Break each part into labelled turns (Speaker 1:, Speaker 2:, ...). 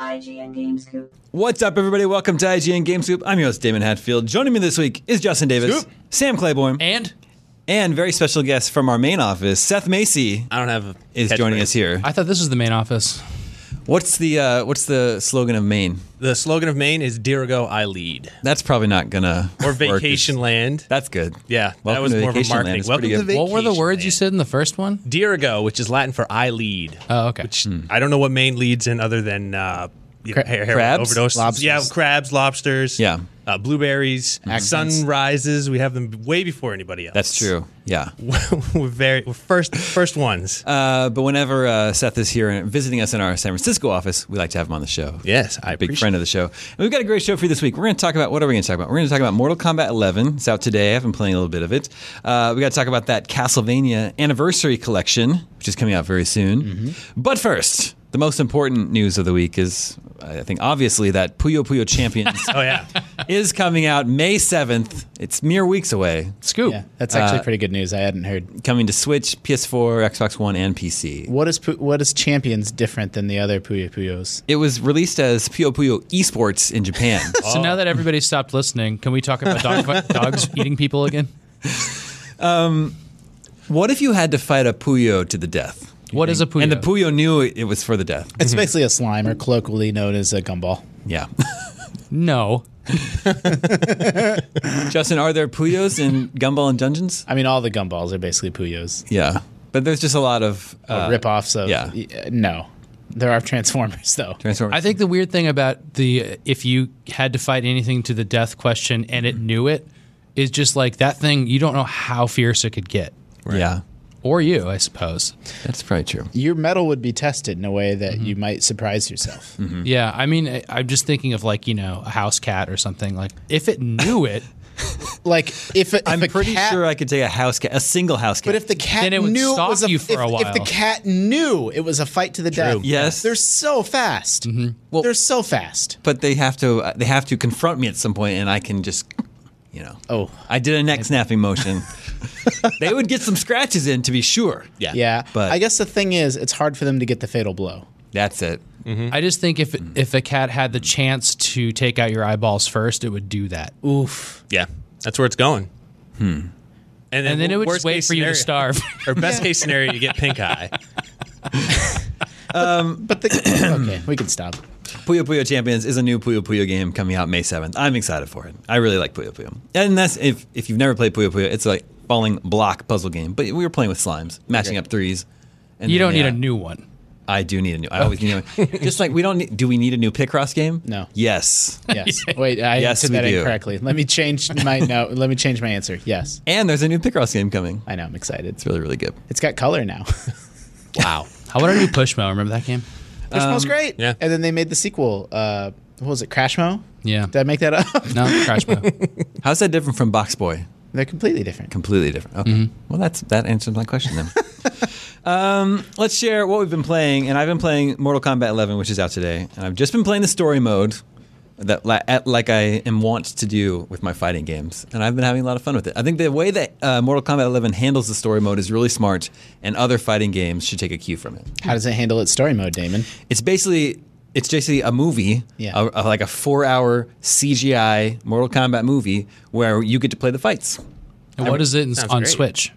Speaker 1: AGN Game Scoop.
Speaker 2: What's up, everybody? Welcome to IGN Game Scoop. I'm your host, Damon Hatfield. Joining me this week is Justin Davis,
Speaker 3: Scoop.
Speaker 2: Sam Claiborne,
Speaker 3: And
Speaker 2: and very special guest from our main office, Seth Macy,
Speaker 3: I don't have a
Speaker 2: is joining us here.
Speaker 4: I thought this was the main office.
Speaker 2: What's the uh, What's the slogan of Maine?
Speaker 3: The slogan of Maine is "Dirigo, I lead"
Speaker 2: That's probably not gonna
Speaker 3: or
Speaker 2: work. It's-
Speaker 3: "Vacation Land."
Speaker 2: That's good.
Speaker 3: Yeah, that
Speaker 2: Welcome
Speaker 3: was
Speaker 2: to
Speaker 3: more of a
Speaker 2: Vacation Land.
Speaker 3: marketing.
Speaker 2: It's
Speaker 3: Welcome
Speaker 2: pretty
Speaker 3: to
Speaker 2: good.
Speaker 3: vacation.
Speaker 4: What were the words you
Speaker 3: Land.
Speaker 4: said in the first one?
Speaker 3: Dirigo, which is Latin for "I lead."
Speaker 4: Oh, okay.
Speaker 3: Which
Speaker 2: Hmm.
Speaker 3: I don't know what Maine leads in other than uh, you know,
Speaker 4: Cra-
Speaker 3: heroin
Speaker 2: crabs?
Speaker 3: overdoses.
Speaker 4: Lobsters.
Speaker 3: Yeah, crabs, lobsters.
Speaker 2: Yeah.
Speaker 3: uh, blueberries,
Speaker 4: Accents.
Speaker 3: sunrises. We have them way before anybody else.
Speaker 2: That's true. Yeah.
Speaker 3: we're very we're first first ones.
Speaker 2: Uh, but whenever uh, Seth is here and visiting us in our San Francisco office, we like to have him on the show.
Speaker 3: yes, I
Speaker 2: Big
Speaker 3: appreciate
Speaker 2: friend of the show. And we've got a great show for you this week. We're going to talk about what are we going to talk about? We're going to talk about Mortal Kombat 11. It's out today. I've been playing a little bit of it. Uh, we got to talk about that Castlevania Anniversary Collection, which is coming out very soon. But first, the most important news of the week is, I think, obviously, that Puyo Puyo Champions
Speaker 3: Oh yeah,
Speaker 2: is coming out May 7th. It's mere weeks away. It's
Speaker 4: Scoop.
Speaker 5: Yeah, that's actually
Speaker 2: Uh,
Speaker 5: pretty good news. I hadn't heard.
Speaker 2: coming to Switch, PS4, Xbox One, and PC.
Speaker 5: What is Pu- what is Champions different than the other Puyo Puyos?
Speaker 2: It was released as Puyo Puyo Esports in Japan.
Speaker 4: So now that everybody stopped listening, can we talk about dog fi- dogs eating people again?
Speaker 2: what if you had to fight a Puyo to the death?
Speaker 4: What is a puyo?
Speaker 2: And the Puyo knew it it was for the death.
Speaker 5: It's basically a slime, or colloquially known as a gumball.
Speaker 2: Yeah.
Speaker 4: no.
Speaker 2: Justin, are there Puyos in Gumball and Dungeons?
Speaker 5: I mean, all the gumballs are basically Puyos,
Speaker 2: Yeah. But there's just a lot of uh,
Speaker 5: rip-offs of.
Speaker 2: yeah.
Speaker 5: y- uh, no, there are Transformers though.
Speaker 2: Transformers.
Speaker 4: I think the weird thing about the if you had to fight anything to the death question and it knew it is just like that thing, you don't know how fierce it could get.
Speaker 2: Yeah.
Speaker 4: Or you, I suppose.
Speaker 2: That's probably true.
Speaker 5: Your metal would be tested in a way that you might surprise yourself.
Speaker 2: Hmm.
Speaker 4: Yeah, I mean, I, I'm just thinking of like, you know, a house cat or something. Like, if it knew it,
Speaker 5: Like if, a- if
Speaker 2: I'm
Speaker 5: a
Speaker 2: pretty
Speaker 5: cat,
Speaker 2: sure I could take a house cat, a single house cat.
Speaker 5: but if the cat
Speaker 4: Then it would
Speaker 5: knew
Speaker 4: stalk
Speaker 5: was a,
Speaker 4: you for
Speaker 5: if,
Speaker 4: a
Speaker 5: if the
Speaker 4: while.
Speaker 5: cat knew it was a fight to the death,
Speaker 2: Yes.
Speaker 5: they're so fast.
Speaker 2: Well-
Speaker 5: they're so fast.
Speaker 2: but they have to uh, they have to confront me at some point and I can just you know.
Speaker 5: Oh.
Speaker 2: I did a neck snapping motion. they would get some scratches in to be sure.
Speaker 3: yeah,
Speaker 5: Yeah,
Speaker 2: But-
Speaker 5: I guess the thing is, it's hard for them to get the fatal blow.
Speaker 2: That's it.
Speaker 4: I just think if if a cat had the chance to take out your eyeballs first, it would do that,
Speaker 5: Oof.
Speaker 3: yeah. That's where it's going. Hmm. And then,
Speaker 4: and then it would
Speaker 3: worst
Speaker 4: just wait
Speaker 3: case
Speaker 4: for you to
Speaker 3: scenario-
Speaker 4: starve.
Speaker 3: Or best case scenario, you get pink eye.
Speaker 5: But the okay, we can stop.
Speaker 2: Puyo Puyo Champions is a new Puyo Puyo game coming out May 7th. I'm excited for it. I really like Puyo Puyo. And that's if if you've never played Puyo Puyo, it's like falling block puzzle game. But we were playing with slimes, matching up threes. And
Speaker 4: you
Speaker 2: then,
Speaker 4: don't need
Speaker 2: yeah,
Speaker 4: a new one.
Speaker 2: I do need a new. I always need a new. Just like we don't need. Do we need a new Picross game?
Speaker 5: No.
Speaker 2: Yes.
Speaker 5: Yes. Wait, I
Speaker 2: Yes,
Speaker 5: said
Speaker 2: we
Speaker 5: that
Speaker 2: do.
Speaker 5: incorrectly. Let me change my no. Let me change my answer. Yes.
Speaker 2: And there's a new Picross game coming.
Speaker 5: I know. I'm excited.
Speaker 2: It's really really good.
Speaker 5: It's got color now.
Speaker 3: Wow.
Speaker 4: How about a new Pushmo? Remember that game?
Speaker 5: It smells great.
Speaker 3: yeah.
Speaker 5: And then they made the sequel. Uh, what was it? Crashmo.
Speaker 4: Yeah.
Speaker 5: Did I make that up?
Speaker 4: No, Crashmo.
Speaker 2: How's that different from Box Boy?
Speaker 5: They're completely different.
Speaker 2: Completely different. Okay. Well, that's that answers my question then. um, let's share what we've been playing, and I've been playing Mortal Kombat 11, which is out today, and I've just been playing the story mode, that li- at- like I am wont to do with my fighting games, and I've been having a lot of fun with it. I think the way that uh, Mortal Kombat 11 handles the story mode is really smart, and other fighting games should take a cue from it.
Speaker 5: How does it handle its story mode, Damon?
Speaker 2: It's basically it's basically a movie,
Speaker 5: Yeah.
Speaker 2: a, a- like a four-hour CGI Mortal Kombat movie where you get to play the fights.
Speaker 4: And what is it in,
Speaker 3: Sounds
Speaker 4: on
Speaker 3: great.
Speaker 4: Switch?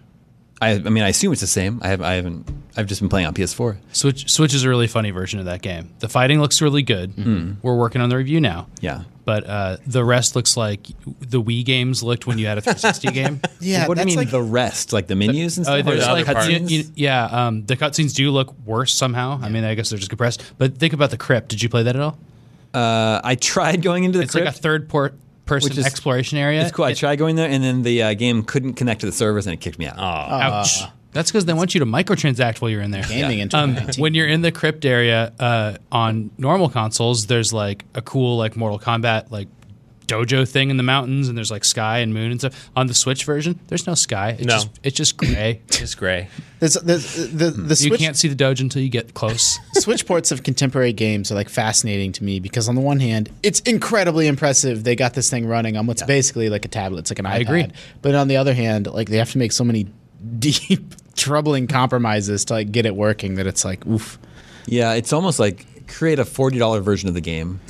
Speaker 2: I, I mean, I assume it's the same. I, have, I haven't. I've just been playing on PS4.
Speaker 4: Switch Switch is a really funny version of that game. The fighting looks really good. We're working on the review now.
Speaker 2: Yeah.
Speaker 4: But uh, the rest looks like the Wii games looked when you had a 360 game.
Speaker 5: Yeah.
Speaker 2: what do you
Speaker 5: that's
Speaker 2: mean
Speaker 5: like-
Speaker 2: the rest? Like the menus and
Speaker 4: Oh,
Speaker 2: stuff? Or
Speaker 4: there's
Speaker 2: the
Speaker 4: like
Speaker 2: cutscenes?
Speaker 4: you- you- yeah, um, the cutscenes do look worse somehow. I mean, I guess they're just compressed. But think about the crypt. Did you play that at all?
Speaker 2: Uh, I tried going into the
Speaker 4: It's
Speaker 2: crypt.
Speaker 4: like a third port person
Speaker 2: Which is-
Speaker 4: exploration area.
Speaker 2: it's cool. I tried going there, and then the uh, game couldn't connect to the servers, and it kicked me out.
Speaker 3: Oh,
Speaker 4: Ouch. That's because they want you to microtransact while you're in there.
Speaker 5: Gaming in
Speaker 4: Um,
Speaker 5: 2019.
Speaker 4: when you're in the crypt area uh, on normal consoles, there's like a cool like Mortal Kombat like dojo thing in the mountains, and there's like sky and moon and stuff. On the Switch version, there's no sky. It's
Speaker 3: No.
Speaker 4: just, it's just gray.
Speaker 3: just gray.
Speaker 5: there's, there's, the the, the
Speaker 4: you
Speaker 5: Switch,
Speaker 4: can't see the dojo until you get close.
Speaker 5: Switch ports of contemporary games are like fascinating to me because on the one hand, it's incredibly impressive they got this thing running on what's basically like a tablet, it's like an iPad.
Speaker 4: agree.
Speaker 5: But on the other hand, like they have to make so many deep, troubling compromises to like get it working that it's like oof.
Speaker 2: Yeah, it's almost like create a forty dollar version of the game,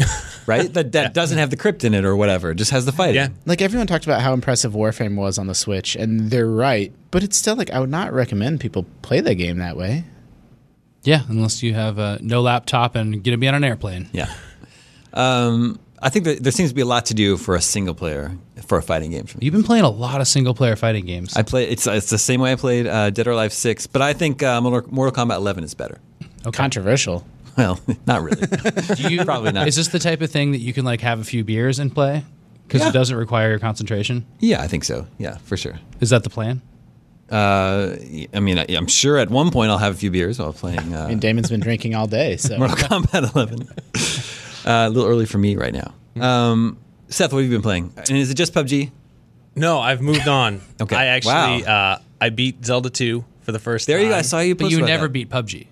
Speaker 2: right? That that doesn't have the crypt in it or whatever. It just has the fighting.
Speaker 3: Yeah.
Speaker 5: Like everyone talked about how impressive Warframe was on the Switch, and they're right. But it's still like I would not recommend people play the game that way.
Speaker 4: Yeah, unless you have uh, no laptop and going to be on an airplane.
Speaker 2: Yeah. Um, I think that there seems to be a lot to do for a single player for a fighting game for me.
Speaker 4: You've been playing a lot of single player fighting games.
Speaker 2: I play it's it's the same way I played uh, Dead or Alive Six, but I think uh, Mortal Mortal Kombat Eleven is better.
Speaker 5: Controversial.
Speaker 2: Well, not really. Probably not.
Speaker 4: Is this the type of thing that you can like have a few beers and play? Because
Speaker 2: Yeah.
Speaker 4: it doesn't require your concentration.
Speaker 2: yeah, I think so. Yeah, for sure.
Speaker 4: Is that the plan?
Speaker 2: Uh, I mean, I, I'm sure at one point I'll have a few beers while playing uh,
Speaker 5: And Damon's been drinking all day, so
Speaker 2: Mortal Kombat 11. Uh, a little early for me right now.
Speaker 4: Mm-hmm.
Speaker 2: Um, Seth, what have you been playing? And is it just PUBG?
Speaker 3: No, I've moved on.
Speaker 2: Okay.
Speaker 3: I actually
Speaker 2: Wow.
Speaker 3: uh, I beat Zelda 2 for the first
Speaker 2: There
Speaker 3: time.
Speaker 2: you go. I saw you.
Speaker 4: Uh, But
Speaker 2: post
Speaker 4: you
Speaker 2: about
Speaker 4: never
Speaker 2: that.
Speaker 4: beat PUBG.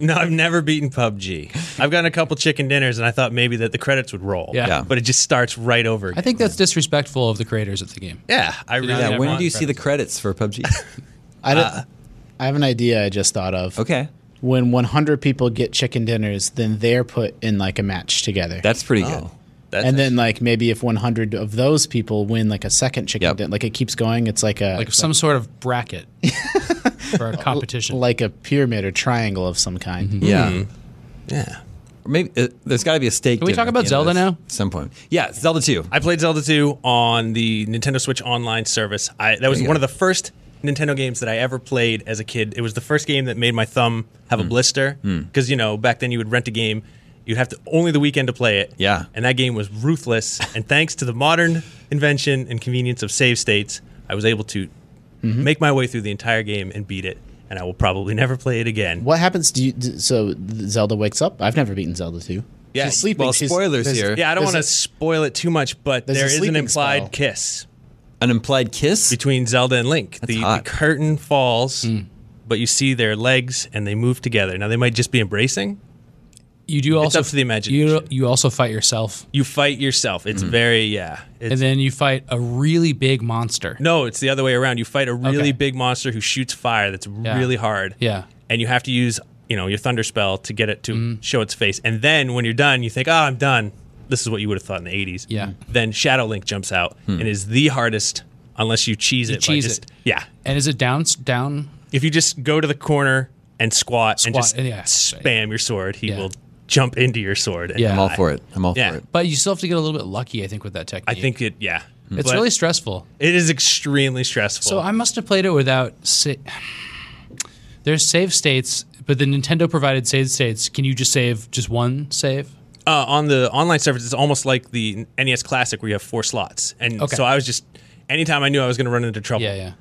Speaker 3: No, I've never beaten PUBG. I've gotten a couple chicken dinners, and I thought maybe that the credits would roll.
Speaker 4: Yeah.
Speaker 2: Yeah.
Speaker 3: But it just starts right over.
Speaker 4: I
Speaker 3: Again.
Speaker 4: think that's disrespectful of the creators of the game.
Speaker 3: yeah, I really.
Speaker 2: Yeah.
Speaker 4: never
Speaker 2: When
Speaker 4: on
Speaker 2: do you see the credits for PUBG?
Speaker 5: I don't. I have an idea I just thought of.
Speaker 2: okay,
Speaker 5: When 100 people get chicken dinners, then they're put in like a match together.
Speaker 2: that's pretty good.
Speaker 3: Oh, that's
Speaker 5: and then like maybe if 100 of those people win like a second chicken
Speaker 2: Yep.
Speaker 5: dinner, like it keeps going. It's like a
Speaker 4: Like some sort of bracket for a competition.
Speaker 5: like a pyramid or triangle of some kind.
Speaker 2: Yeah.
Speaker 3: yeah.
Speaker 2: Or Maybe uh, there's got to be a stake.
Speaker 4: Can we talk about Zelda now?
Speaker 2: At some point. Yeah, Zelda 2.
Speaker 3: I played Zelda 2 on the Nintendo Switch Online service. I, that was
Speaker 2: you
Speaker 3: one of
Speaker 2: go.
Speaker 3: the first Nintendo games that I ever played as a kid. It was the first game that made my thumb have
Speaker 5: Hmm.
Speaker 3: a blister because you know back then you would rent a game, you'd have to only the weekend to play it.
Speaker 2: Yeah.
Speaker 3: and that game was ruthless. and thanks to the modern invention and convenience of save states, I was able to
Speaker 5: Mm-hmm.
Speaker 3: make my way through the entire game and beat it. And I will probably never play it again.
Speaker 5: What happens? Do you d- so Zelda wakes up? I've never beaten Zelda two.
Speaker 3: Yeah,
Speaker 5: she's sleeping.
Speaker 2: well,
Speaker 5: She's-
Speaker 2: spoilers
Speaker 5: there's-
Speaker 2: here.
Speaker 3: Yeah, I don't
Speaker 5: There's
Speaker 3: want to
Speaker 5: a-
Speaker 3: spoil it too much, but
Speaker 5: There's a
Speaker 3: there is an
Speaker 5: sleeping
Speaker 3: implied
Speaker 5: spell.
Speaker 3: kiss.
Speaker 2: An implied kiss?
Speaker 3: between Zelda and Link. The, the
Speaker 2: hot.
Speaker 3: curtain falls,
Speaker 4: Hmm.
Speaker 3: but you see their legs and they move together. Now they might just be embracing.
Speaker 4: you do also
Speaker 3: up to the
Speaker 4: You,
Speaker 3: imagination.
Speaker 4: you also fight yourself,
Speaker 3: You fight yourself.
Speaker 4: Hmm.
Speaker 3: It's very yeah. It's,
Speaker 4: and then you fight a really big monster.
Speaker 3: no, it's the other way around. You fight a really
Speaker 4: Okay.
Speaker 3: big monster who shoots fire that's really hard.
Speaker 4: Yeah. Hmm.
Speaker 3: and you have to use you know your thunder spell to get it to show its face. And then when you're done, you think, oh, I'm done. This is what you would have thought in the 80s.
Speaker 4: Yeah. Hmm.
Speaker 3: Then Shadow Link jumps out and is the hardest unless you cheese it. by
Speaker 4: cheese
Speaker 3: just-
Speaker 4: it.
Speaker 3: Yeah.
Speaker 4: And is it down down?
Speaker 3: if you just go to the corner and squat, and
Speaker 4: Squat,
Speaker 3: just
Speaker 4: yeah.
Speaker 3: spam your sword, he
Speaker 4: Yeah.
Speaker 3: will jump into your sword. And
Speaker 4: Yeah.
Speaker 2: I'm all for it. I'm all
Speaker 3: Yeah.
Speaker 2: for it.
Speaker 4: But you still have to get a little bit lucky, I think, with that
Speaker 3: I
Speaker 4: technique.
Speaker 3: think it. Yeah,
Speaker 4: it's
Speaker 3: But
Speaker 4: really stressful.
Speaker 3: It is extremely stressful.
Speaker 4: So I must have played it without. Sa- There's save states, but the Nintendo provided save states. Can you just save just one save?
Speaker 3: uh, on the online service, it's almost like the NES Classic where you have four slots, and
Speaker 4: Okay.
Speaker 3: so I was just anytime I knew I was going to run into trouble,
Speaker 4: Yeah, yeah.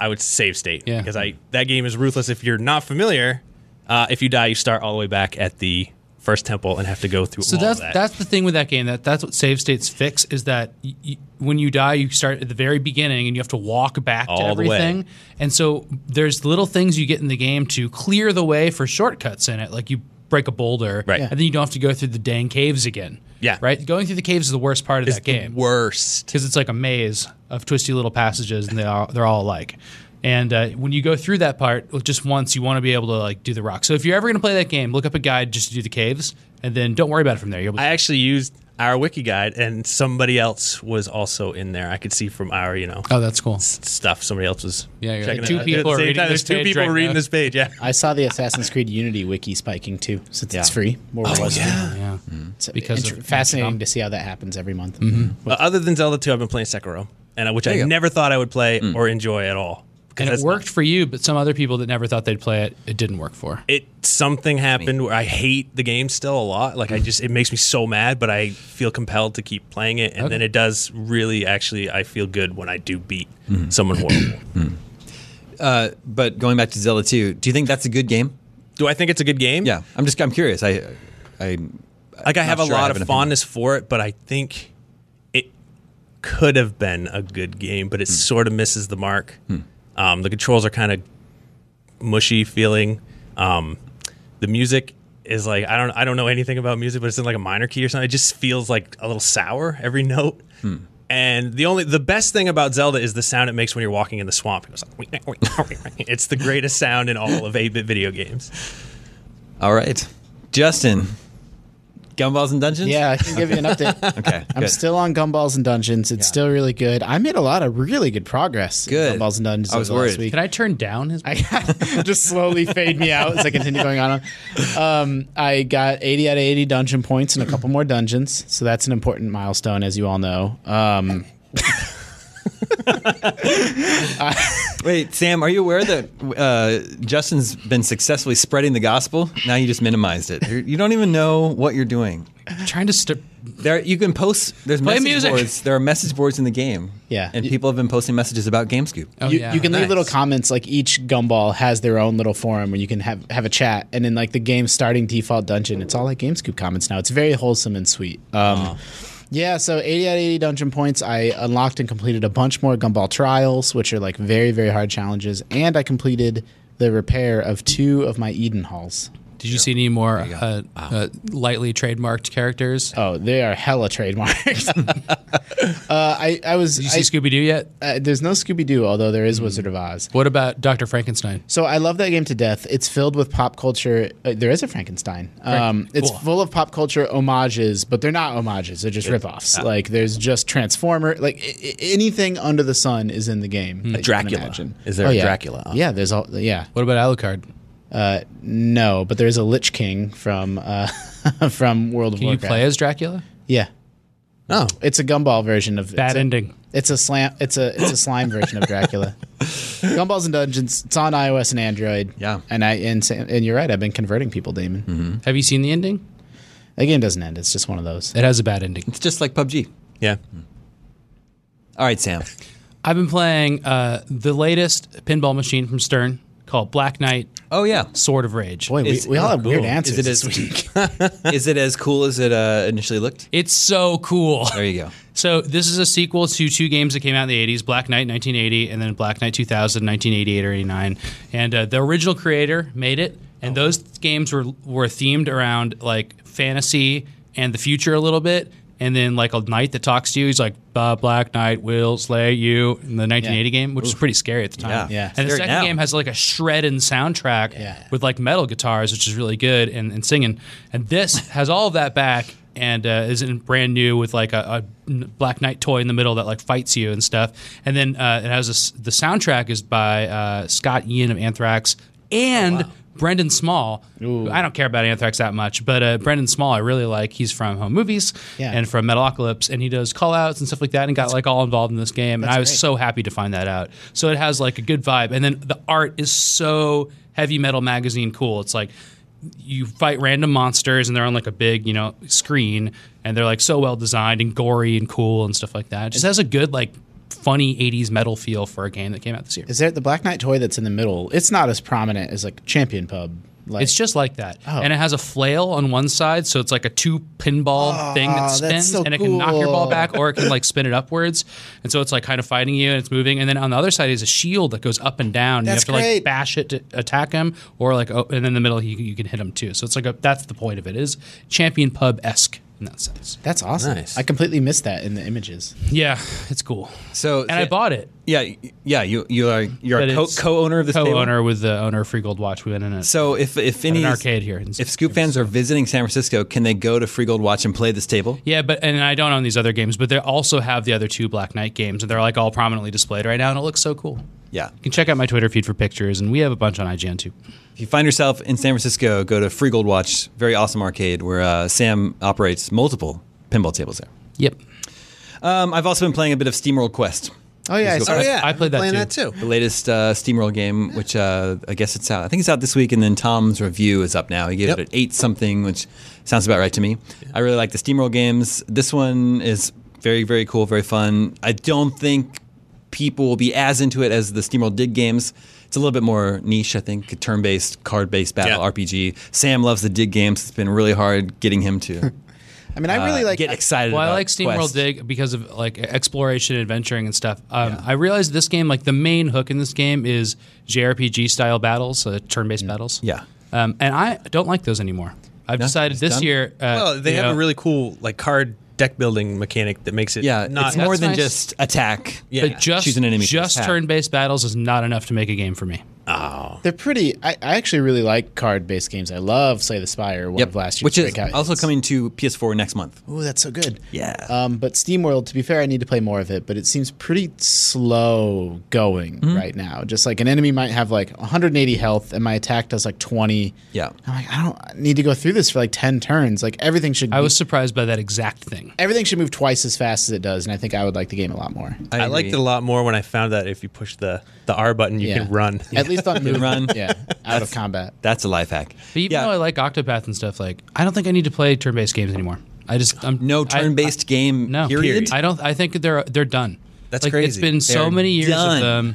Speaker 3: I would save state
Speaker 4: Yeah.
Speaker 3: because I that game is ruthless. If you're not familiar, uh, if you die, you start all the way back at the first temple and have to go through.
Speaker 4: So
Speaker 3: all
Speaker 4: that's
Speaker 3: of that.
Speaker 4: that's the thing with that game. That that's what save states fix is that y- y- when you die, you start at the very beginning and you have to walk back to
Speaker 3: All the way.
Speaker 4: everything. And so there's little things you get in the game to clear the way for shortcuts in it, like you break a boulder,
Speaker 3: Right.
Speaker 4: and then you don't have to go through the dang caves again.
Speaker 3: Yeah.
Speaker 4: right. Going through the caves is the worst part of
Speaker 3: It's
Speaker 4: that
Speaker 3: the
Speaker 4: game.
Speaker 3: worst.
Speaker 4: because it's like a maze of twisty little passages, and they are they're all alike. And uh, when you go through that part well, just once, you want to be able to like do the rock. So if you're ever going to play that game, look up a guide just to do the caves, and then don't worry about it from there. You'll be
Speaker 3: I actually used our wiki guide, and somebody else was also in there. I could see from our, you know,
Speaker 4: oh, that's cool.
Speaker 3: stuff. Somebody else was.
Speaker 4: Yeah, you're
Speaker 3: checking
Speaker 4: like, two
Speaker 3: it out.
Speaker 4: people are
Speaker 3: At the same
Speaker 4: reading
Speaker 3: time,
Speaker 4: this
Speaker 3: There's two
Speaker 4: page
Speaker 3: people
Speaker 4: right
Speaker 3: reading
Speaker 4: now.
Speaker 3: this page. Yeah.
Speaker 5: I saw the Assassin's Creed Unity wiki spiking too, since it's
Speaker 2: Yeah.
Speaker 5: free. More
Speaker 3: Uh,
Speaker 5: oh
Speaker 4: Yeah,
Speaker 5: it's
Speaker 4: because
Speaker 5: inter-
Speaker 4: of-
Speaker 5: fascinating to see how that happens every month.
Speaker 2: Mm-hmm.
Speaker 3: Uh, other than Zelda 2, I've been playing Sekiro, and I- which I
Speaker 2: you go.
Speaker 3: never thought I would play or enjoy at all. 'Cause
Speaker 4: and it
Speaker 3: that's-
Speaker 4: worked for you, but some other people that never thought they'd play it, it didn't work for.
Speaker 3: It something happened where I hate the game still a lot.
Speaker 4: Hmm.
Speaker 3: Like I just it makes me so mad, but I feel compelled to keep playing it, and then it does really actually I feel good when I do beat someone horrible.
Speaker 2: Uh, but going back to Zelda 2, do you think that's a good game?
Speaker 3: do I think it's a good game?
Speaker 2: Yeah. I'm just I'm curious. I I
Speaker 3: like I have a
Speaker 2: sure I
Speaker 3: lot
Speaker 2: have an
Speaker 3: of
Speaker 2: opinion.
Speaker 3: fondness for it, but I think it could have been a good game,
Speaker 2: Hmm.
Speaker 3: but it sort of misses the mark. Um, the controls are kind of mushy feeling. Um, the music is like I don't I don't know anything about music, but it's in like a minor key or something. It just feels like a little sour every note.
Speaker 2: Hmm.
Speaker 3: And the only the best thing about Zelda is the sound it makes when you're walking in the swamp. It goes like, it's the greatest sound in all of 8-bit video games.
Speaker 2: All right. Justin, Gumballs and Dungeons?
Speaker 5: Yeah, I can give you an update.
Speaker 2: Okay.
Speaker 5: I'm
Speaker 2: good.
Speaker 5: still on Gumballs and Dungeons. It's still really good. I made a lot of really good progress. in
Speaker 2: Good.
Speaker 5: Gumballs and Dungeons.
Speaker 2: I was
Speaker 5: over the last
Speaker 2: worried.
Speaker 5: week.
Speaker 4: Can I turn down his?
Speaker 5: I just slowly fade me out as I continue going on. Um, I got 80 out of 80 dungeon points and a couple more dungeons, so that's an important milestone, as you all know. Um,
Speaker 2: Wait, Sam, are you aware that uh, Justin's been successfully spreading the gospel? Now you just minimized it. You're, you don't even know what you're doing.
Speaker 4: I'm trying to st-
Speaker 2: There, you can post. There's
Speaker 4: Play
Speaker 2: message
Speaker 4: music.
Speaker 2: boards. There are message boards in the game.
Speaker 5: Yeah.
Speaker 2: and
Speaker 5: Y-
Speaker 2: people have been posting messages about GameScoop.
Speaker 4: Oh,
Speaker 5: you,
Speaker 4: yeah.
Speaker 5: you can leave
Speaker 2: Nice.
Speaker 5: little comments. Like each gumball has their own little forum where you can have have a chat, and in like the game starting default dungeon, it's all like GameScoop comments now. It's very wholesome and sweet. Um,
Speaker 4: Uh-huh.
Speaker 5: Yeah, so 80 out of 80 dungeon points. I unlocked and completed a bunch more Gumball Trials, which are like very, very hard challenges. And I completed the repair of two of my Eden Halls.
Speaker 4: Did you see any more uh, uh, lightly trademarked characters?
Speaker 5: Oh, they are hella trademarks. uh, I, I was.
Speaker 4: Did you see Scooby Doo yet?
Speaker 5: I, uh, there's no Scooby Doo, although there is Wizard of Oz.
Speaker 4: What about Doctor Frankenstein?
Speaker 5: So I love that game to death. It's filled with pop culture. Uh, there is a Frankenstein. Um, it's
Speaker 4: Cool.
Speaker 5: full of pop culture homages, but they're not homages. They're just ripoffs. Like there's just Transformer. Like I- I- anything under the sun is in the game.
Speaker 4: Hmm.
Speaker 5: that you can
Speaker 3: Dracula.
Speaker 5: imagine. Oh,
Speaker 3: Is there a
Speaker 5: yeah.
Speaker 3: Dracula?
Speaker 5: Yeah. There's all. Yeah.
Speaker 4: What about Alucard?
Speaker 5: Uh, no, but there's a Lich King from uh, from World of
Speaker 4: Can you
Speaker 5: Warcraft.
Speaker 4: play as Dracula?
Speaker 5: Yeah.
Speaker 3: Oh,
Speaker 5: It's a gumball version of
Speaker 4: Bad
Speaker 5: it's a-
Speaker 4: ending.
Speaker 5: It's a slam. It's a it's a slime version of Dracula. Gumballs and Dungeons. It's on iOS and Android.
Speaker 2: Yeah.
Speaker 5: And I and Sam- and you're right. I've been converting people, Damon.
Speaker 4: Have you seen the ending?
Speaker 5: That game doesn't end. It's just one of those.
Speaker 4: It has a bad ending.
Speaker 2: It's just like PUBG.
Speaker 3: yeah.
Speaker 2: All right, Sam.
Speaker 4: I've been playing uh, the latest pinball machine from Stern called Black Knight
Speaker 2: Oh yeah,
Speaker 4: Sword of Rage.
Speaker 5: Boy, we,
Speaker 2: Is-
Speaker 5: we all
Speaker 2: oh,
Speaker 5: have weird
Speaker 2: cool.
Speaker 5: answers
Speaker 2: Is it
Speaker 5: this
Speaker 2: as-
Speaker 5: week.
Speaker 2: is it as cool as it uh, initially looked?
Speaker 4: It's so cool.
Speaker 2: There you go.
Speaker 4: So this is a sequel to two games that came out in the 80s, Black Knight 1980 and then Black Knight 2000, 1988 or 89. And uh, the original creator made it,
Speaker 2: Oh.
Speaker 4: and those games were were themed around like fantasy and the future a little bit. And then like a knight that talks to you, he's like, "The Black Knight will slay you." In the 1980 game, which is pretty scary at the time.
Speaker 2: Yeah. Yeah.
Speaker 4: And the
Speaker 2: Scary
Speaker 4: second
Speaker 2: now.
Speaker 4: game has like a shredded soundtrack
Speaker 5: Yeah.
Speaker 4: with like metal guitars, which is really good and, and singing. And this has all of that back and uh, is in brand new with like a, a n- Black Knight toy in the middle that like fights you and stuff. And then uh, it has a s the soundtrack is by uh, Scott Ian of Anthrax and
Speaker 5: Oh,
Speaker 4: Brendan Small. I don't care about Anthrax that much, but uh, Brendan Small I really like. He's from Home Movies
Speaker 5: Yeah.
Speaker 4: and from Metalocalypse, and he does call outs and stuff like that and got like all involved in this game. And I was
Speaker 5: great.
Speaker 4: so happy to find that out. So it has like a good vibe. And then the art is so heavy metal magazine cool. It's like you fight random monsters and they're on like a big, you know, screen and they're like so well designed and gory and cool and stuff like that. It just has a good, like, funny 80s metal feel for a game that came out this year.
Speaker 5: Is there the Black Knight toy that's in the middle? It's not as prominent as like Champion Pub. Like
Speaker 4: It's just like that.
Speaker 2: Oh.
Speaker 4: And it has a flail on one side, so it's like a two pinball thing
Speaker 2: Oh,
Speaker 4: that
Speaker 5: that's
Speaker 4: spins
Speaker 5: so
Speaker 4: and it can knock your ball
Speaker 5: cool.
Speaker 4: back or it can like spin it upwards. And so it's like kind of fighting you and it's moving. And then on the other side is a shield that goes up and down.
Speaker 5: That's
Speaker 4: you have to like
Speaker 5: great.
Speaker 4: bash it to attack him or like oh, and in the middle you, you can hit him too. So it's like a, that's the point of it is champion pub esque in that sense.
Speaker 5: that's awesome.
Speaker 3: Nice.
Speaker 5: I completely missed that in the images.
Speaker 4: Yeah, it's cool.
Speaker 2: So
Speaker 4: And I bought it.
Speaker 2: Yeah, yeah. You you are you're
Speaker 4: But
Speaker 2: a co-
Speaker 4: it's
Speaker 2: co-owner of this table?
Speaker 4: Co-owner with the owner of Free Gold Watch. We went in a,
Speaker 2: So if if any
Speaker 4: an arcade here. in
Speaker 2: if Scoop fans are visiting San Francisco, can they go to Free Gold Watch and play this table?
Speaker 4: Yeah, but and I don't own these other games, but they also have the other two Black Knight games, and they're like all prominently displayed right now, and it looks so cool. You
Speaker 2: Yeah.
Speaker 4: can check out my Twitter feed for pictures, and we have a bunch on IGN too.
Speaker 2: If you find yourself in San Francisco, go to Free Gold Watch, very awesome arcade where uh, Sam operates multiple pinball tables there.
Speaker 4: Yep.
Speaker 2: Um, I've also been playing a bit of SteamWorld Quest,
Speaker 5: Oh yeah, I saw
Speaker 3: Oh
Speaker 5: that.
Speaker 3: yeah,
Speaker 4: I played that
Speaker 3: playing
Speaker 4: too.
Speaker 3: that too.
Speaker 2: the latest uh, SteamWorld game, which uh, I guess it's out. I think it's out this week, and then Tom's review is up now. He gave
Speaker 3: Yep.
Speaker 2: it an eight something, which sounds about right to me. I really like the SteamWorld games. This one is very, very cool, very fun. I don't think people will be as into it as the SteamWorld Dig games. It's a little bit more niche, I think, turn based, card based battle
Speaker 3: Yeah.
Speaker 2: RPG. Sam loves the Dig games. It's been really hard getting him to
Speaker 5: I mean, I really
Speaker 2: uh,
Speaker 5: like.
Speaker 2: get excited.
Speaker 4: Well, I
Speaker 2: about
Speaker 4: like SteamWorld
Speaker 2: Quest.
Speaker 4: Dig because of like exploration, adventuring, and stuff. Um, I realized this game, like the main hook in this game, is JRPG style battles, uh, turn-based battles.
Speaker 2: Mm. Yeah.
Speaker 4: Um, and I don't like those anymore. I've decided
Speaker 2: it's
Speaker 4: this
Speaker 2: done.
Speaker 4: year. Uh,
Speaker 3: Well, Oh, they
Speaker 4: you
Speaker 3: have
Speaker 4: know,
Speaker 3: a really cool like card deck building mechanic that makes it
Speaker 2: Yeah,
Speaker 3: not
Speaker 2: it's more
Speaker 4: That's
Speaker 2: than
Speaker 4: nice.
Speaker 2: just attack.
Speaker 3: Yeah.
Speaker 4: But just
Speaker 2: Choose an enemy to
Speaker 4: just
Speaker 2: attack.
Speaker 4: turn-based battles is not enough to make a game for me.
Speaker 3: oh
Speaker 5: They're pretty. I, I actually really like card-based games. I love Slay the Spire, one
Speaker 2: Yep.
Speaker 5: of last year's
Speaker 2: Which is
Speaker 5: breakout
Speaker 2: also
Speaker 5: hits.
Speaker 2: coming to PS4 next month.
Speaker 5: Ooh, that's so good.
Speaker 2: Yeah.
Speaker 5: Um, but SteamWorld, to be fair, I need to play more of it, but it seems pretty slow going
Speaker 2: Mm-hmm.
Speaker 5: right now. Just like an enemy might have like 180 health, and my attack does like 20.
Speaker 2: Yeah.
Speaker 5: I'm like, I don't I need to go through this for like 10 turns. Like everything should.
Speaker 4: I was
Speaker 2: Mm.
Speaker 4: surprised by that exact thing.
Speaker 5: Everything should move twice as fast as it does, and I think I would like the game a lot more.
Speaker 3: I, liked it a
Speaker 2: agree.
Speaker 3: lot more when I found that if you push the the R button, you
Speaker 5: Yeah.
Speaker 3: can run.
Speaker 5: At least on move.
Speaker 2: run.
Speaker 5: Yeah, out of combat.
Speaker 2: That's a life hack.
Speaker 4: But even
Speaker 2: yeah.
Speaker 4: though I like Octopath and stuff, like I don't think I need to play turn-based games anymore. I just I'm
Speaker 2: no
Speaker 4: I-
Speaker 2: turn-based game.
Speaker 4: No,
Speaker 2: Period.
Speaker 4: I don't. I think they're they're done.
Speaker 3: That's
Speaker 4: like, It's
Speaker 3: crazy.
Speaker 4: been so
Speaker 2: They're
Speaker 4: many years
Speaker 2: done.
Speaker 4: of them,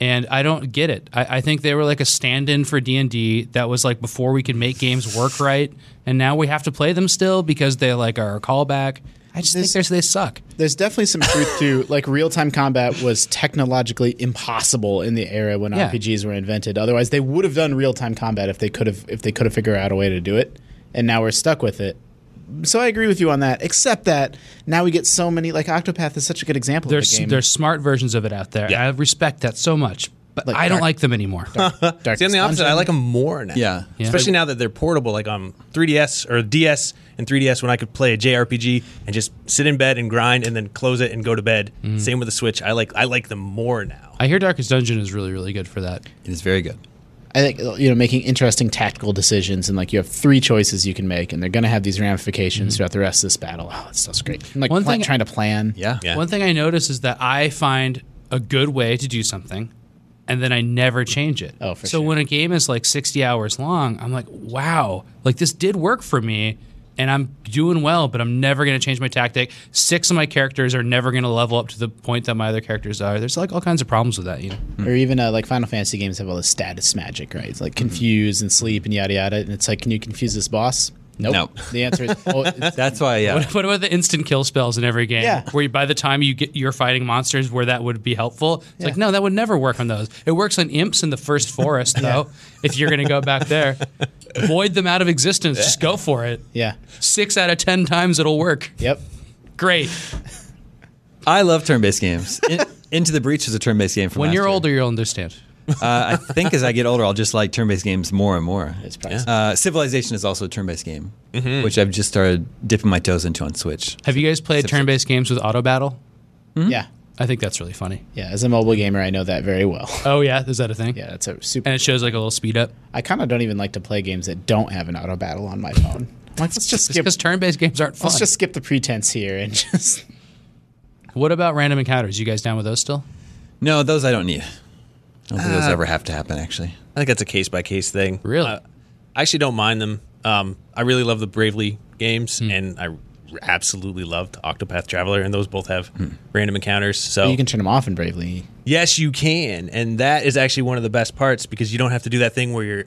Speaker 4: and I don't get it. I, I think they were like a stand-in for D and D. That was like before we could make games work right, and now we have to play them still because they like are a callback. I just
Speaker 5: This-
Speaker 4: think they're, they suck.
Speaker 5: There's definitely some truth to like real time combat was technologically impossible in the era when
Speaker 4: Yeah.
Speaker 5: RPGs were invented. Otherwise, they would have done real time combat if they could have if they could have figured out a way to do it. And now we're stuck with it. So I agree with you on that. Except that now we get so many like Octopath is such a good example
Speaker 4: There's
Speaker 5: of a game.
Speaker 4: there's smart versions of it out there. I respect that so much, but
Speaker 5: Like
Speaker 4: I don't
Speaker 5: Dark-
Speaker 4: like them anymore.
Speaker 5: Darkest
Speaker 3: See, I'm the opposite.
Speaker 5: Dungeon.
Speaker 3: I like them more now.
Speaker 2: Yeah. Yeah.
Speaker 3: Especially now that they're portable, like um, on 3DS or DS and 3DS, when I could play a JRPG and just sit in bed and grind, and then close it and go to bed. Same with the Switch. I like I like them more now.
Speaker 4: I hear Darkest Dungeon is really really good for that.
Speaker 2: It is very good.
Speaker 5: I think you know making interesting tactical decisions and like you have three choices you can make and they're going to have these ramifications throughout the rest of this battle. Oh, that stuff's great. And, like
Speaker 4: Mm-hmm. One
Speaker 5: pla-
Speaker 4: thing-
Speaker 5: trying to plan.
Speaker 2: Yeah.
Speaker 3: Yeah.
Speaker 4: One thing I notice is that I find a good way to do something and then I never change it.
Speaker 5: Oh, for
Speaker 4: so
Speaker 5: sure.
Speaker 4: when a game is like 60 hours long, I'm like, wow, like this did work for me and I'm doing well, but I'm never going to change my tactic. Six of my characters are never going to level up to the point that my other characters are. There's like all kinds of problems with that, you know.
Speaker 5: or even uh, like Final Fantasy games have all this status magic, right? It's like confuse and sleep and yada yada, and it's like, can you confuse this boss? Nope.
Speaker 2: No.
Speaker 5: The answer is, oh, it's-
Speaker 2: That's why. Yeah.
Speaker 4: What about the instant kill spells in every game?
Speaker 5: Yeah.
Speaker 4: Where you, by the time you get you're fighting monsters where that would be helpful. It's like, no, that would never work on those. It works on imps in the first forest though. If you're gonna go back there. Void them out of existence. Just go for it.
Speaker 5: yeah,
Speaker 4: Six out of ten times it'll work.
Speaker 5: yep.
Speaker 4: Great.
Speaker 2: I love turn-based games. In- Into the Breach is a turn-based game for
Speaker 4: When
Speaker 2: last
Speaker 4: you're
Speaker 2: year.
Speaker 4: older you'll understand.
Speaker 2: Uh, I think as I get older, I'll just like turn-based games more and more.
Speaker 5: It's Mm-hmm. probably
Speaker 2: Uh, Civilization is also a turn-based game, which I've just started dipping my toes into on Switch.
Speaker 4: Have you guys played turn based games with auto battle?
Speaker 5: yeah,
Speaker 4: I think that's really funny.
Speaker 5: yeah. As a mobile gamer, I know that very well.
Speaker 4: Oh yeah, is that a thing?
Speaker 5: Yeah, that's a super.
Speaker 4: And it shows like a little speed up.
Speaker 5: I kind of don't even like to play games that don't have an auto battle on my phone. I'm like, let's just skip.
Speaker 4: Because turn based games aren't fun.
Speaker 5: Let's just skip the pretense here and just.
Speaker 4: What about random encounters? You guys down with those still?
Speaker 2: No, those I don't need. I don't think
Speaker 5: Uh,
Speaker 2: those ever have to happen, actually.
Speaker 3: I think that's a case by case thing.
Speaker 4: Really?
Speaker 3: Uh, I actually don't mind them. Um, I really love the Bravely games,
Speaker 4: Hmm.
Speaker 3: and I absolutely loved Octopath Traveler, and those both have
Speaker 4: Hmm.
Speaker 3: random encounters. So
Speaker 5: You can turn them off in Bravely.
Speaker 3: Yes, you can. And that is actually one of the best parts because you don't have to do that thing where you're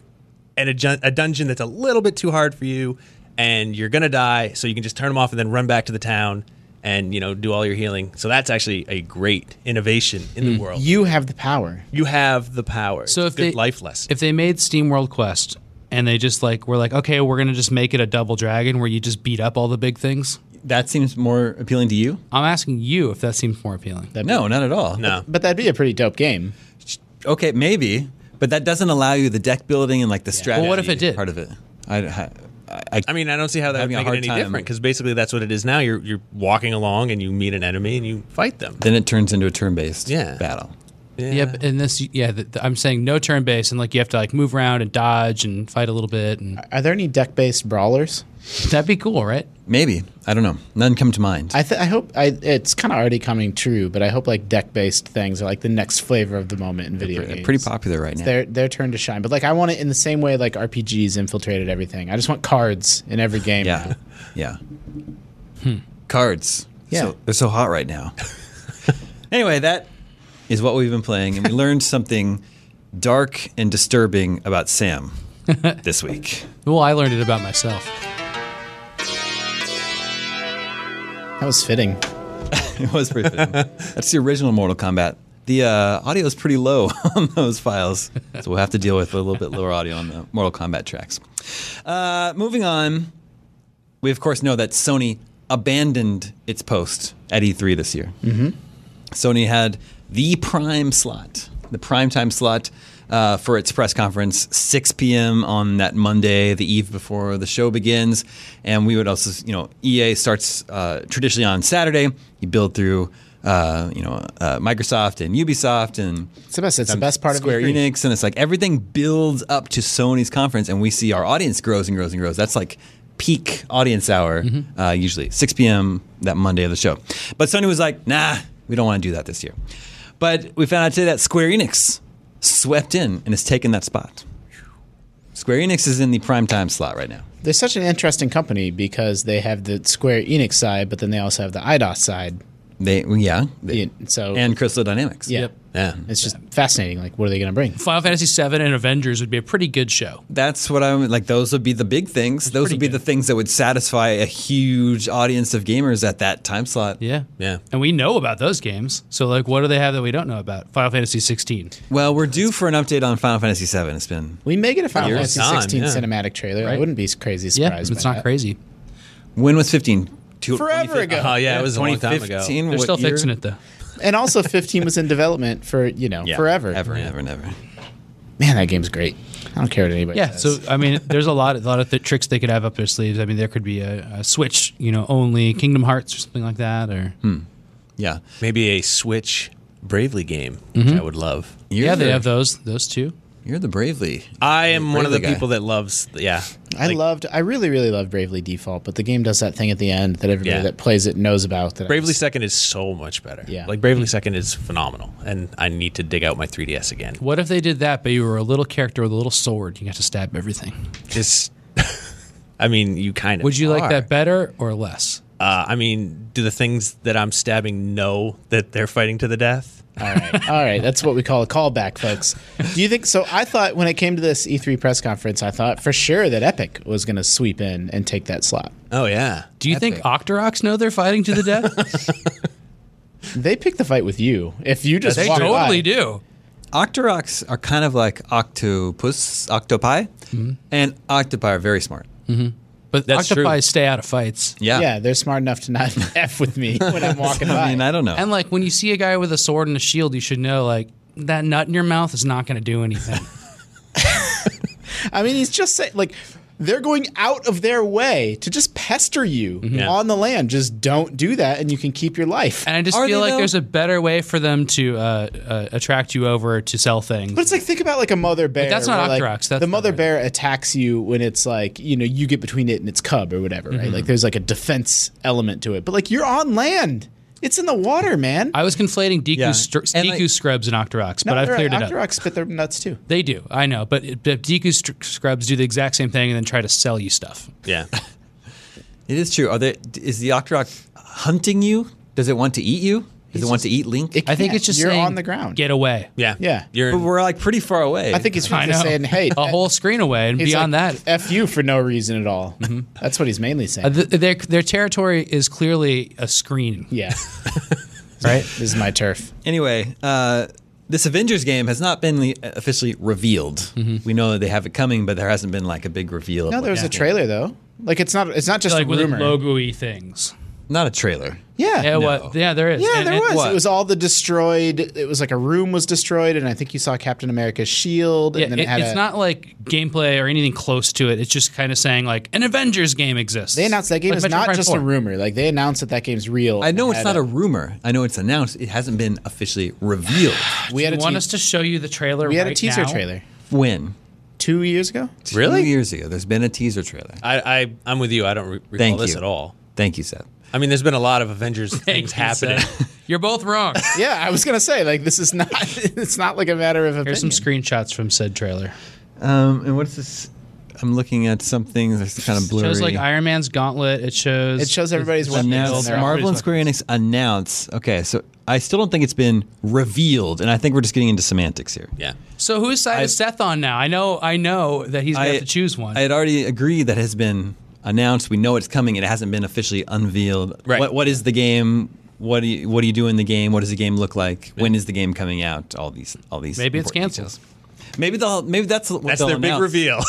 Speaker 3: at a, jun- a dungeon that's a little bit too hard for you and you're going to die. So you can just turn them off and then run back to the town and, you know, do all your healing. So that's actually a great innovation in the world. You,
Speaker 5: You have the power.
Speaker 3: have the power.
Speaker 4: Hmm. So if
Speaker 3: It's a good
Speaker 4: they-
Speaker 3: life lesson.
Speaker 4: if they made Steam World Quest and they just like were like, okay, we're gonna just make it a double dragon where you just beat up all the big things.
Speaker 2: That seems more appealing to you?
Speaker 4: I'm asking you if that seems more appealing.
Speaker 2: No, not at all.
Speaker 3: no.
Speaker 5: But that'd be a pretty dope game.
Speaker 2: Okay, maybe, but that doesn't allow you the deck building and like the strategy.
Speaker 4: Well, what if it did?
Speaker 2: Part of it. I, I, I,
Speaker 3: I mean, I don't see how that would
Speaker 2: Having a
Speaker 3: make it
Speaker 2: hard
Speaker 3: any
Speaker 2: time.
Speaker 3: different because basically that's what it is now. You're you're walking along and you meet an enemy and you fight them.
Speaker 2: then it turns into a turn-based
Speaker 3: Yeah.
Speaker 2: battle.
Speaker 4: Yeah, but in this, yeah, th th- I'm saying no turn based, and like you have to like move around and dodge and fight a little bit, and
Speaker 5: Are there any deck based brawlers?
Speaker 4: that'd be cool, right?
Speaker 2: Maybe I don't know. None come to mind.
Speaker 5: I, th- I hope I, it's kind of already coming true, but I hope like deck based things are like the next flavor of the moment in video
Speaker 2: They're
Speaker 5: games.
Speaker 2: pretty popular right now.
Speaker 5: Their their turn to shine, but like I want it in the same way like RPGs infiltrated everything. I just want cards in every game.
Speaker 2: Yeah,
Speaker 5: now.
Speaker 2: yeah.
Speaker 4: Hmm.
Speaker 2: Cards.
Speaker 5: Yeah.
Speaker 2: So- they're so hot right now. anyway, that is what we've been playing, and we learned something dark and disturbing about Sam this week.
Speaker 4: Well, I learned it about myself.
Speaker 5: that was fitting.
Speaker 2: It was pretty. fitting. That's the original Mortal Kombat. The uh, audio is pretty low on those files, so we'll have to deal with a little bit lower audio on the Mortal Kombat tracks. Uh, moving on, we of course know that Sony abandoned its post at E3 this year. Mm-hmm. Sony had the prime slot, the prime time slot uh, for its press conference, 6 p.m. on that Monday, the eve before the show begins. And we would also, you know, EA starts uh, traditionally on Saturday. You build through, uh, you know, uh, Microsoft and Ubisoft and
Speaker 5: It's the best. It's the best part
Speaker 2: Um, Square
Speaker 5: of E3.
Speaker 2: Enix, and it's like everything builds up to Sony's conference, and we see our audience grows and grows and grows. That's like peak audience hour,
Speaker 5: Mm-hmm.
Speaker 2: uh, usually 6 p.m. that Monday of the show. But Sony was like, nah, we don't want to do that this year. But we found out today that Square Enix swept in and has taken that spot. Square Enix is in the prime time slot right now.
Speaker 5: They're such an interesting company because they have the Square Enix side, but then they also have the IDOS side.
Speaker 2: They, yeah, they-
Speaker 5: Yeah, so
Speaker 2: and Crystal Dynamics.
Speaker 5: yeah,
Speaker 4: Yep.
Speaker 3: Yeah.
Speaker 5: it's just fascinating. Like, what are they going to bring?
Speaker 4: Final Fantasy VII and Avengers would be a pretty good show.
Speaker 2: That's what I'm like. Those would be the big things. Those
Speaker 4: pretty
Speaker 2: would be
Speaker 4: good.
Speaker 2: the things that would satisfy a huge audience of gamers at that time slot.
Speaker 4: Yeah.
Speaker 3: Yeah.
Speaker 4: And we know about those games. So, like, what do they have that we don't know about? Final Fantasy 16.
Speaker 2: Well, we're due for an update on Final Fantasy VII. It's been
Speaker 5: We may get a Final
Speaker 3: Years
Speaker 5: Fantasy
Speaker 3: time,
Speaker 5: 16
Speaker 3: yeah.
Speaker 5: cinematic trailer. I
Speaker 4: Right.
Speaker 5: wouldn't be s- crazy
Speaker 4: Yeah,
Speaker 5: surprised.
Speaker 4: it's
Speaker 5: by
Speaker 4: not
Speaker 5: that.
Speaker 4: crazy.
Speaker 2: when was 15? Two-
Speaker 5: Forever
Speaker 2: 2015?
Speaker 5: ago.
Speaker 3: Oh yeah, it was a long time ago.
Speaker 2: 2015.
Speaker 4: They're
Speaker 2: What
Speaker 4: still
Speaker 2: year?
Speaker 4: fixing it, though.
Speaker 5: And also, 15 was in development for you know
Speaker 2: Yeah,
Speaker 5: forever.
Speaker 2: ever, ever, never.
Speaker 5: Man, that game's great. I don't care what anybody
Speaker 4: Yeah,
Speaker 5: says.
Speaker 4: so I mean, there's a lot, a lot of th- tricks they could have up their sleeves. I mean, there could be a, a Switch, you know, only Kingdom Hearts or something like that, or
Speaker 3: Hmm.
Speaker 2: Yeah,
Speaker 3: Maybe a Switch Bravely game, which I would love.
Speaker 2: you're
Speaker 4: yeah, they
Speaker 2: the,
Speaker 4: have those, those two.
Speaker 2: You're the bravely.
Speaker 3: I am one of the
Speaker 2: Bravely guy.
Speaker 3: people that loves. Yeah,
Speaker 5: I
Speaker 3: Like,
Speaker 5: loved. I really, really loved Bravely Default, but the game does that thing at the end that everybody
Speaker 3: Yeah.
Speaker 5: that plays it knows about. That I
Speaker 3: Bravely
Speaker 5: just-
Speaker 3: Second is so much better.
Speaker 5: Yeah.
Speaker 3: like Bravely Second is phenomenal, and I need to dig out my 3DS again.
Speaker 4: What if they did that, but you were a little character with a little sword, you got to stab everything?
Speaker 3: Just, I mean, you kind of.
Speaker 4: Would you like
Speaker 3: are.
Speaker 4: that better or less?
Speaker 3: Uh, I mean, do the things that I'm stabbing know that they're fighting to the death?
Speaker 5: All right, all right. That's what we call a callback, folks. Do you think so? I thought when it came to this E3 press conference, I thought for sure that Epic was going to sweep in and take that slot.
Speaker 3: Oh yeah.
Speaker 4: Do you think Octorox know they're fighting to the death?
Speaker 5: They picked the fight with you. If you just
Speaker 4: they
Speaker 5: walk
Speaker 4: totally
Speaker 5: by,
Speaker 4: do.
Speaker 2: Octoroks are kind of like octopus, octopi, and octopi are very smart.
Speaker 4: But
Speaker 3: That's
Speaker 4: octopi
Speaker 3: true.
Speaker 4: stay out of fights.
Speaker 2: Yeah.
Speaker 5: Yeah, they're smart enough to not f with me when I'm walking by.
Speaker 2: I mean, I don't know.
Speaker 4: And like when you see a guy with a sword and a shield, you should know like that nut in your mouth is not going to do anything.
Speaker 5: I mean, he's just saying like they're going out of their way to just pester you
Speaker 3: Yeah.
Speaker 5: on the land. Just don't do that, and you can keep your life.
Speaker 4: Mm-hmm. and I just
Speaker 2: Are
Speaker 4: feel
Speaker 2: they,
Speaker 4: like
Speaker 2: though?
Speaker 4: there's a better way for them to uh, uh, attract you over to sell things.
Speaker 5: But it's like think about like a mother bear.
Speaker 4: that's not
Speaker 5: where, like,
Speaker 4: Octorox, that's
Speaker 5: the mother
Speaker 4: not right.
Speaker 5: bear attacks you when it's like you know you get between it and its cub or whatever,
Speaker 4: Mm-hmm.
Speaker 5: right? Like there's like a defense element to it. But like you're on land. It's in the water, man.
Speaker 4: I was conflating Deku,
Speaker 2: Yeah.
Speaker 4: str-
Speaker 2: And,
Speaker 4: Deku
Speaker 2: like-
Speaker 4: scrubs and Octorox,
Speaker 5: No,
Speaker 4: but I've
Speaker 5: they're-
Speaker 4: cleared it up.
Speaker 5: Octorox spit their nuts too.
Speaker 4: They do, I know, but, it, but Deku str- scrubs do the exact same thing and then try to sell you stuff.
Speaker 3: Yeah.
Speaker 2: it is true. Are they? Is the Octorok hunting you? Does it want to eat you? Does it want to eat Link?
Speaker 5: It
Speaker 4: I think
Speaker 5: can't.
Speaker 4: it's just
Speaker 5: you're
Speaker 4: saying,
Speaker 5: on the ground.
Speaker 4: Get away.
Speaker 3: Yeah.
Speaker 5: Yeah.
Speaker 3: You're
Speaker 2: but we're like pretty far away.
Speaker 5: I think he's
Speaker 4: I know.
Speaker 5: just saying, "Hey,
Speaker 4: a whole screen away, and
Speaker 5: he's
Speaker 4: beyond
Speaker 5: like,
Speaker 4: that, Mm-hmm.
Speaker 5: f you for no reason at all." That's what he's mainly saying.
Speaker 4: uh, th- their their territory is clearly a screen.
Speaker 5: yeah, right. This is my turf.
Speaker 2: anyway, uh, this Avengers game has not been le- officially revealed. We know that they have it coming, but there hasn't been like a big reveal. of
Speaker 5: No,
Speaker 2: what-
Speaker 5: there was a trailer though. Like it's not. It's not just
Speaker 4: Like
Speaker 5: a
Speaker 4: with
Speaker 5: rumor.
Speaker 4: logo-y things.
Speaker 2: not a trailer.
Speaker 5: Yeah.
Speaker 4: Yeah, what? Yeah, there is.
Speaker 5: Yeah,
Speaker 4: And-
Speaker 5: there
Speaker 4: and-
Speaker 5: was.
Speaker 2: what?
Speaker 5: It was all the destroyed. It was like a room was destroyed, and I think you saw Captain America's shield.
Speaker 4: Yeah,
Speaker 5: and then it,
Speaker 4: it-
Speaker 5: had
Speaker 4: it's
Speaker 5: a-
Speaker 4: not like gameplay or anything close to it. It's just kind of saying like an Avengers game exists.
Speaker 5: They announced that game
Speaker 4: Like
Speaker 5: is
Speaker 4: Metroid
Speaker 5: not
Speaker 4: Prime
Speaker 5: just
Speaker 4: 4.
Speaker 5: a rumor. Like they announced that that game's real.
Speaker 2: I know
Speaker 5: and
Speaker 2: it's
Speaker 5: had
Speaker 2: not a rumor. I know it's announced. It hasn't been officially revealed.
Speaker 5: We had a
Speaker 4: You want
Speaker 5: te-
Speaker 4: us to show you the trailer?
Speaker 5: we had a
Speaker 4: right
Speaker 5: teaser
Speaker 4: now?
Speaker 5: trailer
Speaker 2: when?
Speaker 5: two years ago.
Speaker 3: Really?
Speaker 2: Two years ago. There's been a teaser trailer.
Speaker 3: I, I I'm with you. I don't re- recall
Speaker 2: Thank
Speaker 3: this
Speaker 2: you.
Speaker 3: at all.
Speaker 2: Thank you, Seth.
Speaker 3: I mean, there's been a lot of Avengers
Speaker 4: Thanks,
Speaker 3: things happening.
Speaker 4: You're both wrong.
Speaker 5: Yeah, I was gonna say like this is not. It's not like a matter of opinion.
Speaker 4: Here's some screenshots from said trailer.
Speaker 2: Um, and what's this? I'm looking at something that's kind of
Speaker 4: It
Speaker 2: blurry.
Speaker 4: shows like Iron Man's gauntlet. It shows.
Speaker 5: It shows everybody's
Speaker 4: it's
Speaker 5: weapons
Speaker 4: nailed.
Speaker 5: and
Speaker 2: announced.
Speaker 5: their
Speaker 2: Marvel and Square Enix announce. Okay, so I still don't think it's been revealed, and I think we're just getting into semantics here.
Speaker 3: yeah.
Speaker 4: So whose side is Seth on now? I know. I know that he's gonna have to choose one.
Speaker 2: I had already agreed that it has been announced. We know it's coming. It hasn't been officially unveiled.
Speaker 3: Right.
Speaker 2: What, what is the game? What do you What do you do in the game? What does the game look like? When is the game coming out? All these. All these.
Speaker 4: Maybe it's
Speaker 2: important
Speaker 4: canceled.
Speaker 2: details. Maybe they'll. Maybe that's what
Speaker 3: That's
Speaker 2: they'll
Speaker 3: their big
Speaker 2: announce.
Speaker 3: reveal.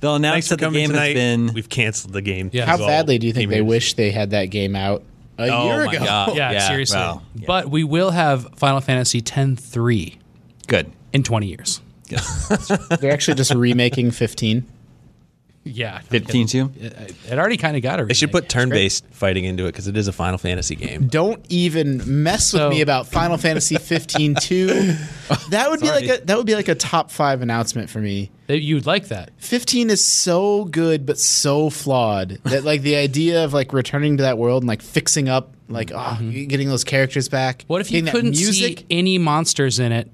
Speaker 2: They'll announce
Speaker 3: Thanks for
Speaker 2: that the
Speaker 3: coming
Speaker 2: game
Speaker 3: tonight.
Speaker 2: has been.
Speaker 3: We've canceled the game.
Speaker 4: Yeah.
Speaker 5: How
Speaker 3: It's all
Speaker 5: badly do you think they
Speaker 3: gamers.
Speaker 5: wish they had that game out a
Speaker 3: Oh
Speaker 5: year
Speaker 3: my
Speaker 5: ago?
Speaker 3: God.
Speaker 4: Yeah,
Speaker 3: Yeah,
Speaker 4: seriously.
Speaker 2: wow.
Speaker 4: But we will have Final Fantasy X three
Speaker 2: Good.
Speaker 4: in 20 years.
Speaker 2: Yes.
Speaker 5: They're actually just remaking 15.
Speaker 4: Yeah.
Speaker 2: Fifteen too.
Speaker 4: It, it already kind of got a
Speaker 3: They should put turn-based fighting into it because it is a Final Fantasy game.
Speaker 5: Don't even mess with
Speaker 4: So-
Speaker 5: me about Final Fantasy 15 2. That would be like a that would be like a top 5 announcement for me.
Speaker 4: You'd like that.
Speaker 5: 15 is so good but so flawed that like the idea of like returning to that world and like fixing up like oh, getting those characters back.
Speaker 4: Mm-hmm. What if you
Speaker 5: getting that
Speaker 4: couldn't
Speaker 5: music?
Speaker 4: see any monsters in it,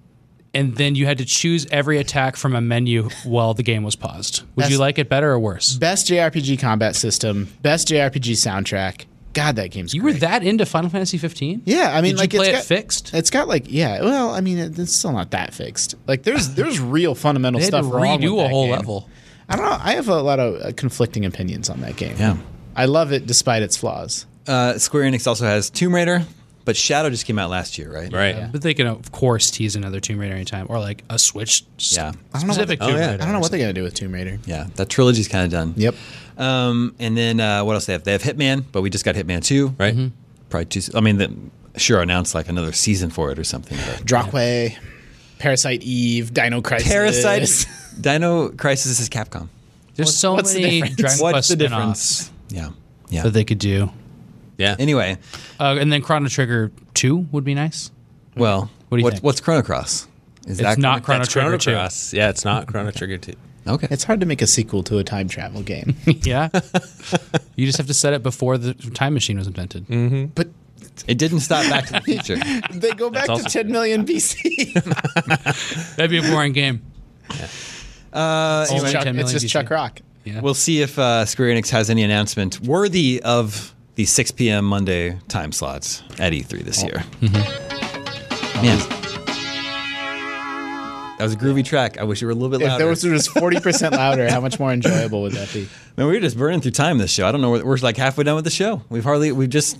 Speaker 4: and then you had to choose every attack from a menu while the game was paused? Would you
Speaker 5: That's-
Speaker 4: like it better or worse?
Speaker 5: Best JRPG combat system, best JRPG soundtrack. God, that game's
Speaker 4: You were
Speaker 5: great.
Speaker 4: that into Final Fantasy 15?
Speaker 5: yeah, I mean,
Speaker 4: Did
Speaker 5: like
Speaker 4: you play
Speaker 5: it's
Speaker 4: it
Speaker 5: got,
Speaker 4: fixed?
Speaker 5: It's got like yeah. Well, I mean, it- it's still not that fixed. Like there's there's real fundamental
Speaker 4: They had to
Speaker 5: stuff wrong with
Speaker 4: redo a
Speaker 5: that
Speaker 4: whole
Speaker 5: game.
Speaker 4: level.
Speaker 5: I don't know. I have a lot of uh, conflicting opinions on that game.
Speaker 2: Yeah.
Speaker 5: I love it despite its flaws.
Speaker 2: Uh, Square Enix also has Tomb Raider, but Shadow just came out last year, right?
Speaker 3: Right.
Speaker 4: But they can, of course, tease another Tomb Raider anytime, or like a Switch s-
Speaker 2: Yeah.
Speaker 5: I don't know what
Speaker 4: specific
Speaker 5: they-
Speaker 4: Tomb
Speaker 3: oh, yeah.
Speaker 4: Raider.
Speaker 5: I don't know what they're gonna do with Tomb Raider.
Speaker 2: Yeah, that trilogy's kind of done.
Speaker 5: Yep.
Speaker 2: Um, and then uh, what else they have? They have Hitman, but we just got Hitman Two,
Speaker 3: Right.
Speaker 2: Probably two. I mean, the, sure announced like another season for it or something. but-
Speaker 5: Drockway, Parasite Eve, Dino Crisis.
Speaker 2: Parasite, Dino Crisis is Capcom.
Speaker 4: There's so
Speaker 5: what's the
Speaker 4: many
Speaker 5: difference?
Speaker 4: Dragon
Speaker 2: What's
Speaker 4: Quest
Speaker 2: the
Speaker 4: spin-offs
Speaker 2: difference? Yeah, yeah.
Speaker 4: that they could do.
Speaker 3: Yeah.
Speaker 2: anyway,
Speaker 4: Uh, and then Chrono Trigger 2 would be nice.
Speaker 2: well,
Speaker 4: What do you
Speaker 2: what,
Speaker 4: think?
Speaker 2: what's Chrono Cross? Is
Speaker 4: It's
Speaker 2: Chrono?
Speaker 4: not Chrono
Speaker 3: That's Chrono
Speaker 4: Trigger 2.
Speaker 3: Cross. Yeah, it's not Chrono Trigger 2.
Speaker 2: Okay.
Speaker 5: It's hard to make a sequel to a time travel game.
Speaker 4: Yeah. you just have to set it before the time machine was invented.
Speaker 5: but
Speaker 2: it didn't stop Back to the Future.
Speaker 5: they go back to
Speaker 3: also
Speaker 5: 10 million BC.
Speaker 4: That'd be a boring game.
Speaker 2: Uh,
Speaker 4: Only
Speaker 5: it's, Chuck,
Speaker 4: 10
Speaker 5: it's
Speaker 4: million
Speaker 5: just
Speaker 4: BC.
Speaker 5: Chuck Rock.
Speaker 4: Yeah.
Speaker 2: We'll see if uh, Square Enix has any announcement worthy of the 6 p.m. Monday time slots at E3 this year.
Speaker 4: Oh. Mm-hmm.
Speaker 2: Man. That was a groovy track. I wish it were a little bit
Speaker 5: If
Speaker 2: louder.
Speaker 5: there was just 40% louder, how much more enjoyable would that be?
Speaker 2: Man, we were just burning through time this show. I don't know. We're, we're like halfway done with the show. We've hardly, we've just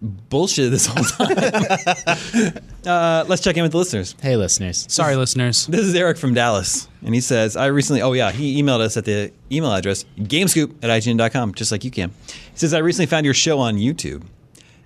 Speaker 2: bullshit this whole time. uh, let's check in with the listeners.
Speaker 5: Hey, listeners.
Speaker 4: Sorry, listeners.
Speaker 2: This is Eric from Dallas, and he says, I recently, oh yeah, he emailed us at the email address, gamescoop at IGN.com, just like you can. He says, I recently found your show on YouTube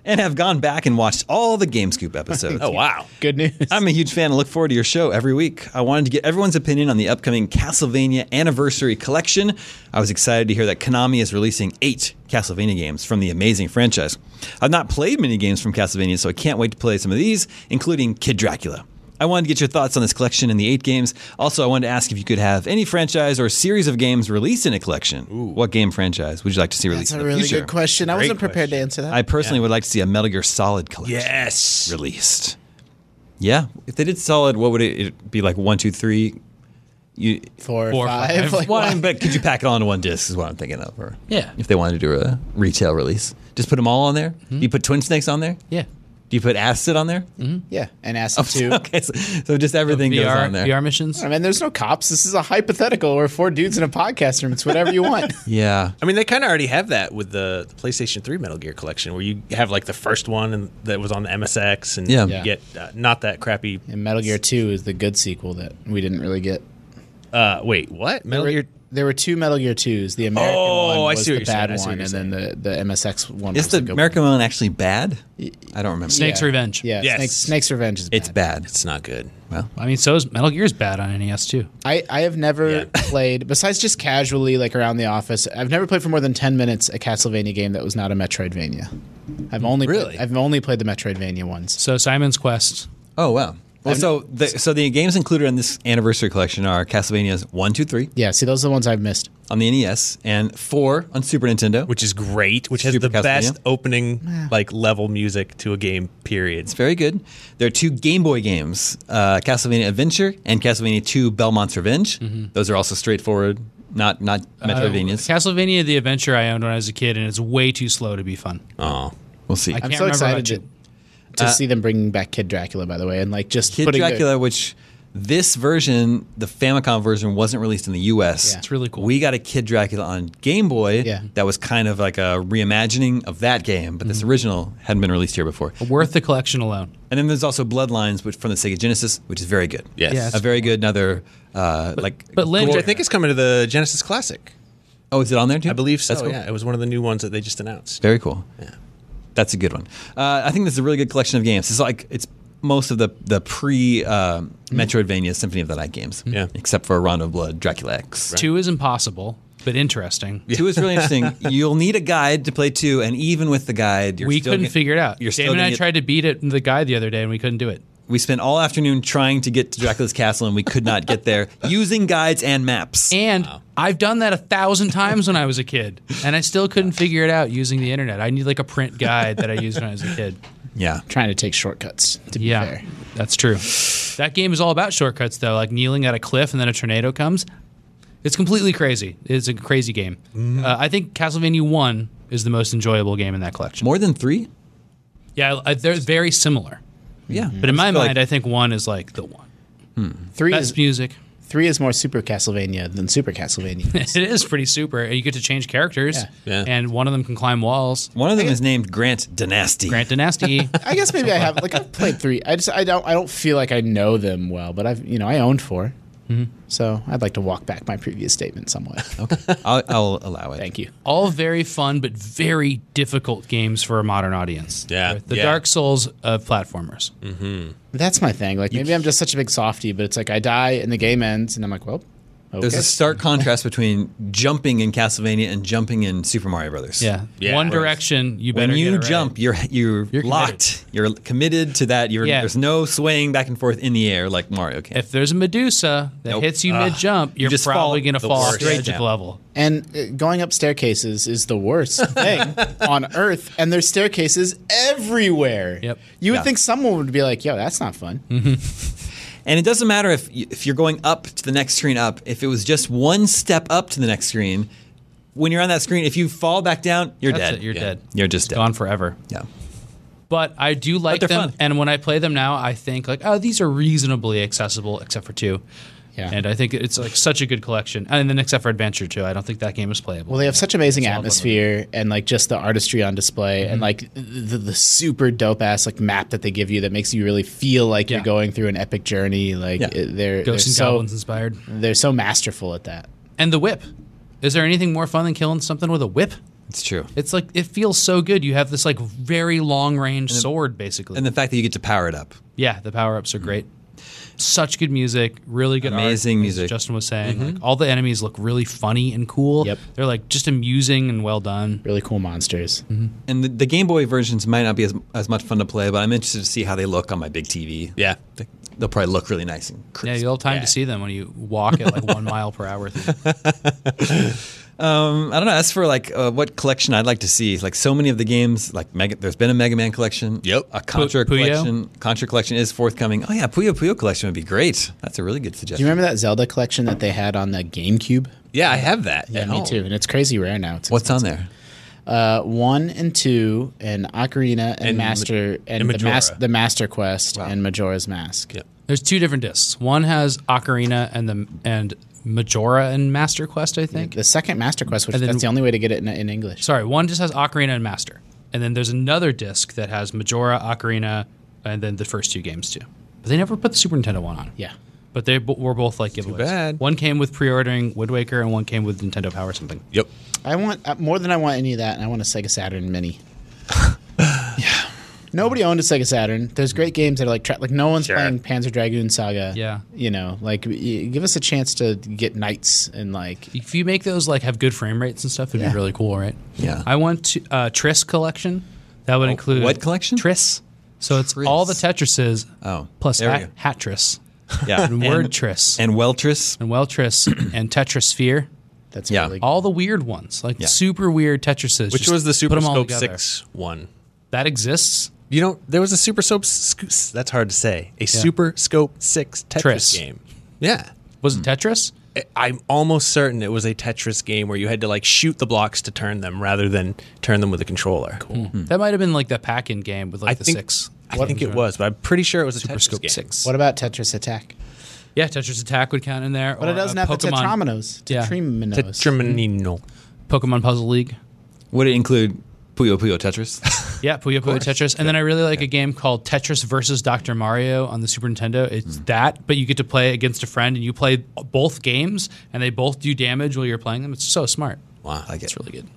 Speaker 2: and have gone back and watched all the Gamescoop episodes.
Speaker 3: Oh, wow.
Speaker 5: Good news.
Speaker 2: I'm a huge fan and look forward to your show every week. I wanted to get everyone's opinion on the upcoming Castlevania Anniversary Collection. I was excited to hear that Konami is releasing eight Castlevania games from the amazing franchise. I've not played many games from Castlevania, so I can't wait to play some of these, including Kid Dracula. I wanted to get your thoughts on this collection and the eight games. Also, I wanted to ask if you could have any franchise or series of games released in a collection. What game franchise would you like to see released in
Speaker 5: That's a
Speaker 2: the
Speaker 5: really
Speaker 2: future?
Speaker 5: good question. I
Speaker 3: Great
Speaker 5: wasn't prepared to
Speaker 3: question.
Speaker 5: answer that.
Speaker 2: I personally would like to see a Metal Gear Solid collection
Speaker 3: Yes.
Speaker 2: released. Yeah, if they did solid, what would it, it be like? One, two, three. You
Speaker 5: four,
Speaker 4: Four or
Speaker 5: or five.
Speaker 4: five.
Speaker 5: Like,
Speaker 2: well, I mean, but could you pack it all into one disc? Is what I'm thinking of. Or
Speaker 4: Yeah.
Speaker 2: if they wanted to do a retail release, just put them all on there. Do you put Twin Snakes on there?
Speaker 4: Yeah.
Speaker 2: Do you put Acid on there? Mm-hmm.
Speaker 5: yeah, and acid two.
Speaker 2: okay, so, so just everything goes
Speaker 4: VR,
Speaker 2: on there.
Speaker 4: VR missions.
Speaker 5: I mean, there's no cops. This is a hypothetical. We're four dudes in a podcast room. It's whatever you want.
Speaker 2: Yeah,
Speaker 3: I mean, they kind of already have that with the, the PlayStation 3 Metal Gear collection, where you have like the first one and that was on the MSX, and
Speaker 2: Yeah.
Speaker 3: you
Speaker 2: Yeah.
Speaker 3: get uh, not that crappy.
Speaker 5: and Metal Gear Two is the good sequel that we didn't really get.
Speaker 3: Uh, wait, what? Metal Gear?
Speaker 5: There were two Metal Gear Twos. The American
Speaker 3: Oh,
Speaker 5: one
Speaker 3: I
Speaker 5: was
Speaker 3: see what
Speaker 5: the
Speaker 3: you're
Speaker 5: bad
Speaker 3: saying. I see
Speaker 5: one,
Speaker 3: what
Speaker 5: and
Speaker 3: you're
Speaker 5: then the, the MSX one.
Speaker 2: is
Speaker 5: was the,
Speaker 2: the
Speaker 5: good
Speaker 2: American one actually bad? I don't remember.
Speaker 5: one.
Speaker 4: Snakes Revenge.
Speaker 5: Yeah,
Speaker 3: Yes.
Speaker 5: Snakes, Snakes Revenge is bad.
Speaker 2: It's bad.
Speaker 3: It's not good.
Speaker 2: Well,
Speaker 4: I mean, so is Metal Gear's bad on NES too.
Speaker 5: I, I have never
Speaker 3: Yeah.
Speaker 5: played besides just casually like around the office. I've never played for more than ten minutes a Castlevania game that was not a Metroidvania. I've only played-
Speaker 3: Really?
Speaker 5: I've only played the Metroidvania ones.
Speaker 4: So Simon's Quest.
Speaker 2: oh wow. Well, so the, so the games included in this anniversary collection are Castlevania's one, two, three
Speaker 5: Yeah, see, those are the ones I've missed.
Speaker 2: on the NES and four on Super Nintendo.
Speaker 3: Which is great, which has
Speaker 2: Super
Speaker 3: the best
Speaker 2: Castlevania.
Speaker 3: opening like level music to a game, period.
Speaker 2: It's very good. There are two Game Boy games, uh, Castlevania Adventure and Castlevania II: Belmont's Revenge.
Speaker 4: Mm-hmm.
Speaker 2: Those are also straightforward, not not
Speaker 4: Uh,
Speaker 2: Metroidvanias.
Speaker 4: Castlevania: The Adventure I owned when I was a kid, and it's way too slow to be fun.
Speaker 2: Uh-huh.
Speaker 3: Oh.
Speaker 2: we'll see.
Speaker 4: I Uh,
Speaker 5: I'm
Speaker 4: can't
Speaker 5: so
Speaker 4: remember about
Speaker 5: excited to, to see them bringing back Kid Dracula, by the way, and like just
Speaker 2: Kid
Speaker 5: putting their-
Speaker 2: Dracula, which this version, the Famicom version, wasn't released in the U.S.
Speaker 5: Yeah. It's
Speaker 4: really cool.
Speaker 2: We got a Kid Dracula on Game Boy.
Speaker 5: Yeah.
Speaker 2: that was kind of like a reimagining of that game, but this
Speaker 4: Mm-hmm.
Speaker 2: original hadn't been released here before.
Speaker 4: Worth the collection alone.
Speaker 2: And then there's also Bloodlines, which from the Sega Genesis, which is very good.
Speaker 3: Yes.
Speaker 4: Yeah,
Speaker 2: a
Speaker 4: it's-
Speaker 2: very good another uh, like.
Speaker 4: but Lynch-
Speaker 3: Which I think is coming to the Genesis Classic.
Speaker 2: oh, is it on there too?
Speaker 3: I believe so.
Speaker 2: That's cool.
Speaker 3: Yeah, it was one of the new ones that they just announced.
Speaker 2: Very cool. Yeah. That's a good one. Uh, I think this is a really good collection of games. It's like it's most of the the pre uh, Metroidvania Symphony of the Night games.
Speaker 3: Yeah.
Speaker 2: Except for Rondo of Blood, Dracula X.
Speaker 4: Two is impossible, but interesting.
Speaker 2: Two is really interesting. You'll need a guide to play two, and even with the guide, you're
Speaker 4: we
Speaker 2: still
Speaker 4: couldn't
Speaker 2: get-
Speaker 4: figure it out.
Speaker 2: You're still
Speaker 4: Damon and
Speaker 2: gonna
Speaker 4: I
Speaker 2: get-
Speaker 4: tried to beat it the guy the other day, and we couldn't do it.
Speaker 2: We spent all afternoon trying to get to Dracula's castle, and we could not get there using guides and maps.
Speaker 4: And I've done that a thousand times when I was a kid, and I still couldn't figure it out using the internet. I need like a print guide that I used when I was a kid.
Speaker 2: yeah.
Speaker 5: Trying to take shortcuts, to be
Speaker 4: Yeah,
Speaker 5: fair.
Speaker 4: that's true. That game is all about shortcuts, though, like kneeling at a cliff and then a tornado comes. It's completely crazy. It's a crazy game. Uh, I think Castlevania 1 is the most enjoyable game in that collection.
Speaker 2: More than three?
Speaker 4: Yeah, I- they're very similar.
Speaker 2: Yeah.
Speaker 4: But in my
Speaker 2: feel like-
Speaker 4: mind, I think 1 is like the one.
Speaker 5: Three is
Speaker 4: Best music.
Speaker 5: three is more Super Castlevania than Super Castlevania.
Speaker 4: It is pretty super. You get to change characters,
Speaker 3: Yeah. Yeah.
Speaker 4: and one of them can climb walls.
Speaker 2: One of them is named Grant Dynasty.
Speaker 4: Grant Dynasty.
Speaker 5: I guess maybe I have like I've played three. I just I don't I don't feel like I know them well, but I've you know I owned 4
Speaker 4: Mm-hmm.
Speaker 5: so I'd like to walk back my previous statement somewhat.
Speaker 2: Okay. I'll, I'll allow it.
Speaker 5: Thank you.
Speaker 4: all very fun but very difficult games for a modern audience.
Speaker 3: Yeah,
Speaker 4: the
Speaker 3: yeah.
Speaker 4: Dark Souls of platformers.
Speaker 5: That's my thing. Like maybe I'm just such a big softie, but it's like I die and the game ends, and I'm like, well, okay.
Speaker 2: There's a stark contrast between jumping in Castlevania and jumping in Super Mario Brothers.
Speaker 4: Yeah.
Speaker 3: Yeah.
Speaker 4: One Direction, you better
Speaker 2: When
Speaker 4: get
Speaker 2: you
Speaker 4: it right.
Speaker 2: jump, you're you're, locked. You're committed to that. You're,
Speaker 4: Yeah.
Speaker 2: There's no swaying back and forth in the air like Mario can.
Speaker 4: If there's a Medusa that
Speaker 2: Nope. Ah,
Speaker 4: hits you mid jump, you're
Speaker 2: just
Speaker 4: probably
Speaker 2: fall
Speaker 4: going to
Speaker 2: the
Speaker 4: fall off
Speaker 2: worst.
Speaker 4: the
Speaker 2: Straight
Speaker 4: magic
Speaker 2: down.
Speaker 4: level.
Speaker 5: and uh, going up staircases is the worst thing on earth, and there's staircases everywhere.
Speaker 4: Yep. Hmm.
Speaker 5: You would
Speaker 2: Yeah.
Speaker 5: think someone would be like, yo, that's not fun.
Speaker 2: And it doesn't matter if you, if you're going up to the next screen up. If it was just one step up to the next screen, when you're on that screen, if you fall back down, you're
Speaker 4: That's
Speaker 2: dead.
Speaker 4: it, you're
Speaker 2: Yeah.
Speaker 4: dead.
Speaker 2: You're just dead.
Speaker 4: Gone forever.
Speaker 2: Yeah.
Speaker 4: But I do like
Speaker 2: they're
Speaker 4: them,
Speaker 2: fun.
Speaker 4: and when I play them now, I think like, oh, these are reasonably accessible, except for two.
Speaker 5: Yeah.
Speaker 4: And uh, I think it's like such a good collection, and then except for Adventure Two, I don't think that game is playable.
Speaker 5: Well, they have such amazing
Speaker 4: all about
Speaker 5: atmosphere and like just the artistry on display
Speaker 4: Mm-hmm.
Speaker 5: and like the, the super dope ass like map that they give you that makes you really feel like
Speaker 4: Yeah.
Speaker 5: you're going through an epic journey. Like
Speaker 2: Yeah.
Speaker 5: it- they're they're
Speaker 4: Ghosts and
Speaker 5: so
Speaker 4: Goblins inspired,
Speaker 5: they're so masterful at that.
Speaker 4: and the whip. Is there anything more fun than killing something with a whip?
Speaker 2: It's true.
Speaker 4: It's like it feels so good. You have this like very long range sword, basically.
Speaker 2: And the fact that you get to power it up.
Speaker 4: yeah, the power ups are great. Such good music, really good, art,
Speaker 2: Amazing
Speaker 4: as
Speaker 2: music.
Speaker 4: Justin was saying, like all the enemies look really funny and cool.
Speaker 5: Yep.
Speaker 4: they're like just amusing and well done.
Speaker 5: Really cool monsters.
Speaker 4: Mm-hmm.
Speaker 2: And the, the Game Boy versions might not be as, as much fun to play, but I'm interested to see how they look on my big TV.
Speaker 3: Yeah.
Speaker 2: They- They'll probably look really nice and crisp.
Speaker 4: Yeah, you'll have time
Speaker 5: Yeah.
Speaker 4: to see them when you walk at like one mile per hour. Through.
Speaker 2: I don't know. As for like uh, what collection I'd like to see, like so many of the games, like Mega, there's been a Mega Man collection.
Speaker 3: Yep.
Speaker 2: A Contra
Speaker 4: Pu- Puyo?
Speaker 2: collection. Contra collection is forthcoming. Oh yeah, Puyo Puyo collection would be great. That's a really good
Speaker 5: Do you
Speaker 2: suggestion.
Speaker 5: remember that Zelda collection that they had on the GameCube?
Speaker 3: Yeah, I have that.
Speaker 5: Yeah,
Speaker 3: at
Speaker 5: me
Speaker 3: home.
Speaker 5: too. And it's crazy rare now. It's
Speaker 2: What's on there?
Speaker 5: uh, one and two and Ocarina and,
Speaker 3: And Ma-
Speaker 5: Master and,
Speaker 3: and
Speaker 5: the, mas-
Speaker 3: Majora.
Speaker 5: the Master Quest and Majora's Mask.
Speaker 3: Yeah.
Speaker 4: There's two different discs. One has Ocarina and the and Majora and Master Quest, I think.
Speaker 5: The second Master Quest, which
Speaker 4: And then-
Speaker 5: that's the only way to get it in, in English.
Speaker 4: Sorry, one just has Ocarina and Master, and then there's another disc that has Majora, Ocarina, and then the first two games too. But they never put the Super Nintendo one on.
Speaker 5: Yeah.
Speaker 4: But they b- were both like giveaways.
Speaker 2: bad.
Speaker 4: One came with pre-ordering Wind Waker, and one came with Nintendo Power something.
Speaker 3: Yep.
Speaker 5: I want uh, more than I want any of that, and I want a Sega Saturn Mini. yeah. Nobody owned a Sega Saturn. There's great games that are like tra- like no one's
Speaker 3: Sure.
Speaker 5: playing Panzer Dragoon Saga.
Speaker 4: Yeah.
Speaker 5: You know, like y- give us a chance to get knights and like
Speaker 4: If you make those like have good frame rates and stuff, it'd
Speaker 5: Yeah.
Speaker 4: be really cool, right?
Speaker 2: Yeah.
Speaker 4: I want to uh, Tris collection. That would include
Speaker 2: what collection?
Speaker 4: Tris. So it's all the Tetrises.
Speaker 2: Oh,
Speaker 4: plus
Speaker 2: there we
Speaker 4: hat,
Speaker 2: go.
Speaker 4: hat Tris
Speaker 2: Yeah.
Speaker 4: and Word Tris and,
Speaker 2: and Weltris.
Speaker 4: Well Tris and Tetrasphere.
Speaker 5: that's
Speaker 2: Yeah.
Speaker 5: really
Speaker 4: all the weird ones, like
Speaker 2: Yeah.
Speaker 4: super weird Tetrises.
Speaker 3: Which
Speaker 4: Just
Speaker 3: was the Super
Speaker 4: put 'em all
Speaker 3: Scope
Speaker 4: together.
Speaker 3: Six one?
Speaker 4: that exists?
Speaker 3: You know, there was a Super Scope. Sc- that's hard to say. A Super Scope Six Tetris
Speaker 4: Tris.
Speaker 3: game. Yeah.
Speaker 4: Was it Tetris?
Speaker 3: I- I'm almost certain it was a Tetris game where you had to like shoot the blocks to turn them rather than turn them with a controller. Cool.
Speaker 4: That might have been like the pack-in game with like
Speaker 3: I
Speaker 4: the
Speaker 3: think
Speaker 4: six.
Speaker 3: I think it was, but I'm pretty sure it was a Super Tetris
Speaker 4: Scope
Speaker 3: game.
Speaker 4: six.
Speaker 5: What about Tetris Attack?
Speaker 4: Yeah, Tetris Attack would count in there.
Speaker 5: But it doesn't have the
Speaker 4: Uh, Pokemon,
Speaker 5: Tetraminos.
Speaker 4: Yeah.
Speaker 5: Tetraminos.
Speaker 3: Tetrimino.
Speaker 4: Pokemon Puzzle League.
Speaker 2: Would it include Puyo Puyo Tetris?
Speaker 4: Yeah, Puyo Puyo Tetris. And then I really like a game called Tetris versus Dr. Mario on the Super Nintendo. It's that, but you get to play against a friend and you play both games and they both do damage while you're playing them. It's so smart.
Speaker 3: Wow.
Speaker 2: I get
Speaker 4: It's really good.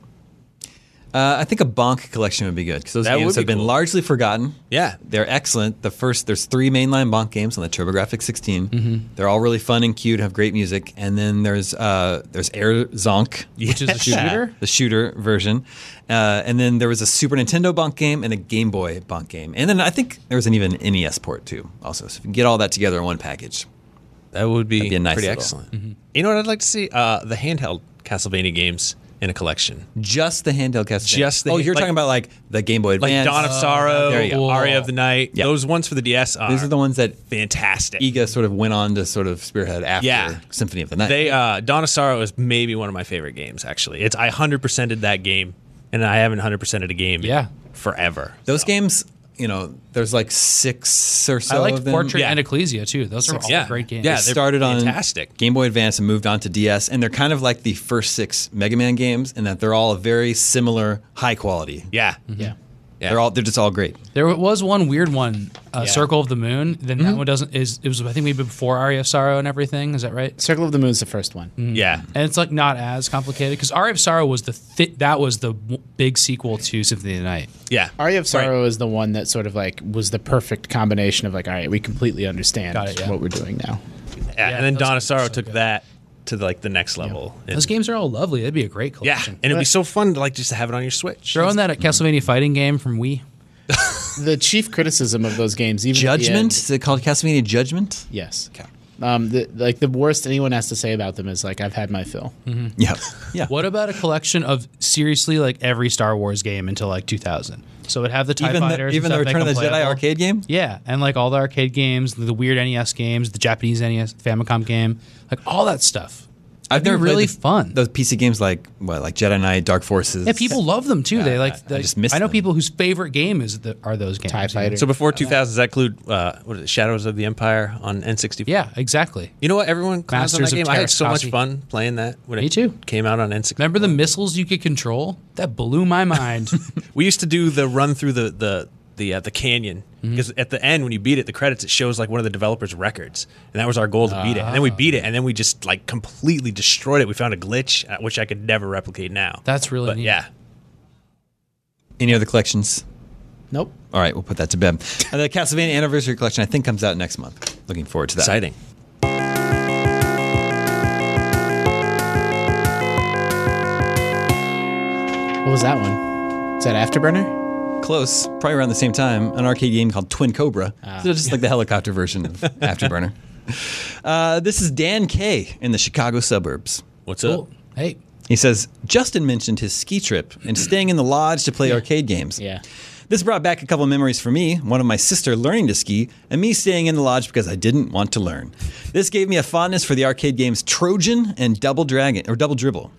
Speaker 2: Uh, I think a Bonk collection would be good because those
Speaker 3: That would
Speaker 2: games
Speaker 3: be
Speaker 2: have been
Speaker 3: cool.
Speaker 2: largely forgotten.
Speaker 3: Yeah.
Speaker 2: They're excellent. The first there's three mainline Bonk games on the TurboGrafx 16.
Speaker 3: Mm-hmm.
Speaker 2: They're all really fun and cute, have great music. And then there's uh, there's Air Zonk,
Speaker 4: which is a shooter.
Speaker 2: the shooter version. Uh, and then there was a Super Nintendo Bonk game and a Game Boy Bonk game. And then I think there was an even NES port too. Also, so if you can get all that together in one package,
Speaker 3: That would be,
Speaker 2: be a nice
Speaker 3: pretty
Speaker 2: little-
Speaker 3: excellent. You know what I'd like to see? Uh, the handheld Castlevania games in a collection.
Speaker 2: just the handheld Castlevania.
Speaker 3: Just the
Speaker 2: oh,
Speaker 3: hand-
Speaker 2: you're
Speaker 3: like-
Speaker 2: talking about like the Game Boy
Speaker 3: Like
Speaker 2: Advance.
Speaker 3: Dawn of Sorrow,
Speaker 2: there you go.
Speaker 3: Aria of the Night.
Speaker 2: Yeah.
Speaker 3: Those ones for the DS are,
Speaker 2: These are the ones that
Speaker 3: fantastic.
Speaker 2: Iga sort of went on to sort of spearhead after
Speaker 3: Yeah.
Speaker 2: Symphony of the Night.
Speaker 3: They uh, Dawn of Sorrow is maybe one of my favorite games. Actually, it's I hundred percented that game, and I haven't hundred percented a game.
Speaker 4: Yeah.
Speaker 3: forever.
Speaker 2: Those
Speaker 3: So,
Speaker 2: games, you know, there's like six or so.
Speaker 4: I liked
Speaker 2: of them.
Speaker 4: Portrait
Speaker 3: Yeah.
Speaker 4: and Ecclesia too. Those are all
Speaker 3: Yeah.
Speaker 4: great games.
Speaker 3: Yeah,
Speaker 2: They
Speaker 3: they're
Speaker 2: started on
Speaker 3: fantastic.
Speaker 2: Game Boy Advance and moved on to DS, and they're kind of like the first six Mega Man games in that they're all very similar, high quality.
Speaker 3: Yeah,
Speaker 4: Mm-hmm.
Speaker 5: Yeah.
Speaker 3: yeah.
Speaker 2: They're all they're just all great.
Speaker 4: There was one weird one, uh,
Speaker 3: Yeah.
Speaker 4: Circle of the Moon. Then that one doesn't is it was I think maybe before Aria of Sorrow and everything. Is that right?
Speaker 5: Circle of the Moon is the first one.
Speaker 3: yeah.
Speaker 4: And it's like not as complicated because Aria of Sorrow was the thi- that was the w- big sequel to Symphony of the Night.
Speaker 3: Yeah.
Speaker 5: Aria of Sorrow is the one that sort of like was the perfect combination of like, all right, we completely understand
Speaker 4: Got it, yeah.
Speaker 5: what we're doing now.
Speaker 3: Yeah, and then
Speaker 4: those
Speaker 3: Dawn of
Speaker 4: games
Speaker 3: Sorrow
Speaker 4: are so
Speaker 3: took
Speaker 4: good.
Speaker 3: that to like the next level. And-
Speaker 4: Those games are all lovely. That'd be a great
Speaker 3: yeah,
Speaker 4: collection.
Speaker 3: and it'd be so fun to like just to have it on your Switch.
Speaker 4: Throwing that at Castlevania fighting game from Wii.
Speaker 5: The chief criticism of those games, even at the
Speaker 2: Judgment
Speaker 5: end-
Speaker 2: is it called Castlevania Judgment?
Speaker 5: yes. Um, the, like the worst anyone has to say about them is like, I've had my fill.
Speaker 2: Yeah, yeah.
Speaker 4: Mm-hmm. What about a collection of seriously like every Star Wars game until like 2000? So it'd have the TIE
Speaker 2: Even the,
Speaker 4: fighters, and
Speaker 2: even the
Speaker 4: stuff, make
Speaker 2: Return of the
Speaker 4: them
Speaker 2: Jedi
Speaker 4: playable.
Speaker 2: arcade game.
Speaker 4: Yeah, and like all the arcade games, the weird NES games, the Japanese NES Famicom game, like all that stuff.
Speaker 2: I've
Speaker 4: They're
Speaker 2: never played
Speaker 4: really
Speaker 2: the-
Speaker 4: fun.
Speaker 2: Those PC games like what, like Jedi Knight, Dark Forces.
Speaker 4: Yeah, people love them too. they like.
Speaker 2: I- I
Speaker 4: like-
Speaker 2: just miss
Speaker 4: I know
Speaker 2: them.
Speaker 4: people whose favorite game is the, are those games.
Speaker 5: TIE
Speaker 4: you know?
Speaker 5: Fighter.
Speaker 3: So before 2000, does that include uh, what is it, Shadows of the Empire on N64?
Speaker 4: Yeah, exactly.
Speaker 3: You know what? Everyone clowns on that
Speaker 4: Masters
Speaker 3: game.
Speaker 4: of
Speaker 3: I had so much
Speaker 4: Terracotta.
Speaker 3: fun playing that when
Speaker 4: Me
Speaker 3: it
Speaker 4: too.
Speaker 3: came out on N64.
Speaker 4: Remember the missiles you could control? That blew my mind.
Speaker 3: We used to do the run through the the the uh, the canyon
Speaker 2: Mm-hmm.
Speaker 3: because at the end when you beat it, the credits it shows like one of the developers' records, and that was our goal to beat it. And then we beat it, and then we just like completely destroyed it. We found a glitch uh, which I could never replicate now.
Speaker 4: That's really
Speaker 3: but
Speaker 4: neat.
Speaker 3: yeah.
Speaker 2: Any other collections?
Speaker 5: Nope.
Speaker 2: All right, we'll put that to bed. Uh, the Castlevania Anniversary Collection, I think, comes out next month. Looking forward to that.
Speaker 3: Exciting.
Speaker 5: What was that one? Is that Afterburner?
Speaker 2: Close, probably around the same time, an arcade game called Twin Cobra.
Speaker 5: Ah.
Speaker 2: so just like the helicopter version of Afterburner. Uh, this is Dan K in the Chicago suburbs.
Speaker 3: What's
Speaker 4: Cool.
Speaker 3: up?
Speaker 4: Hey,
Speaker 2: He says Justin mentioned his ski trip and staying in the lodge to play arcade games.
Speaker 5: Yeah.
Speaker 2: This brought back a couple of memories for me, one of my sister learning to ski, and me staying in the lodge because I didn't want to learn. This gave me a fondness for the arcade games Trojan and Double Dragon or Double Dribble.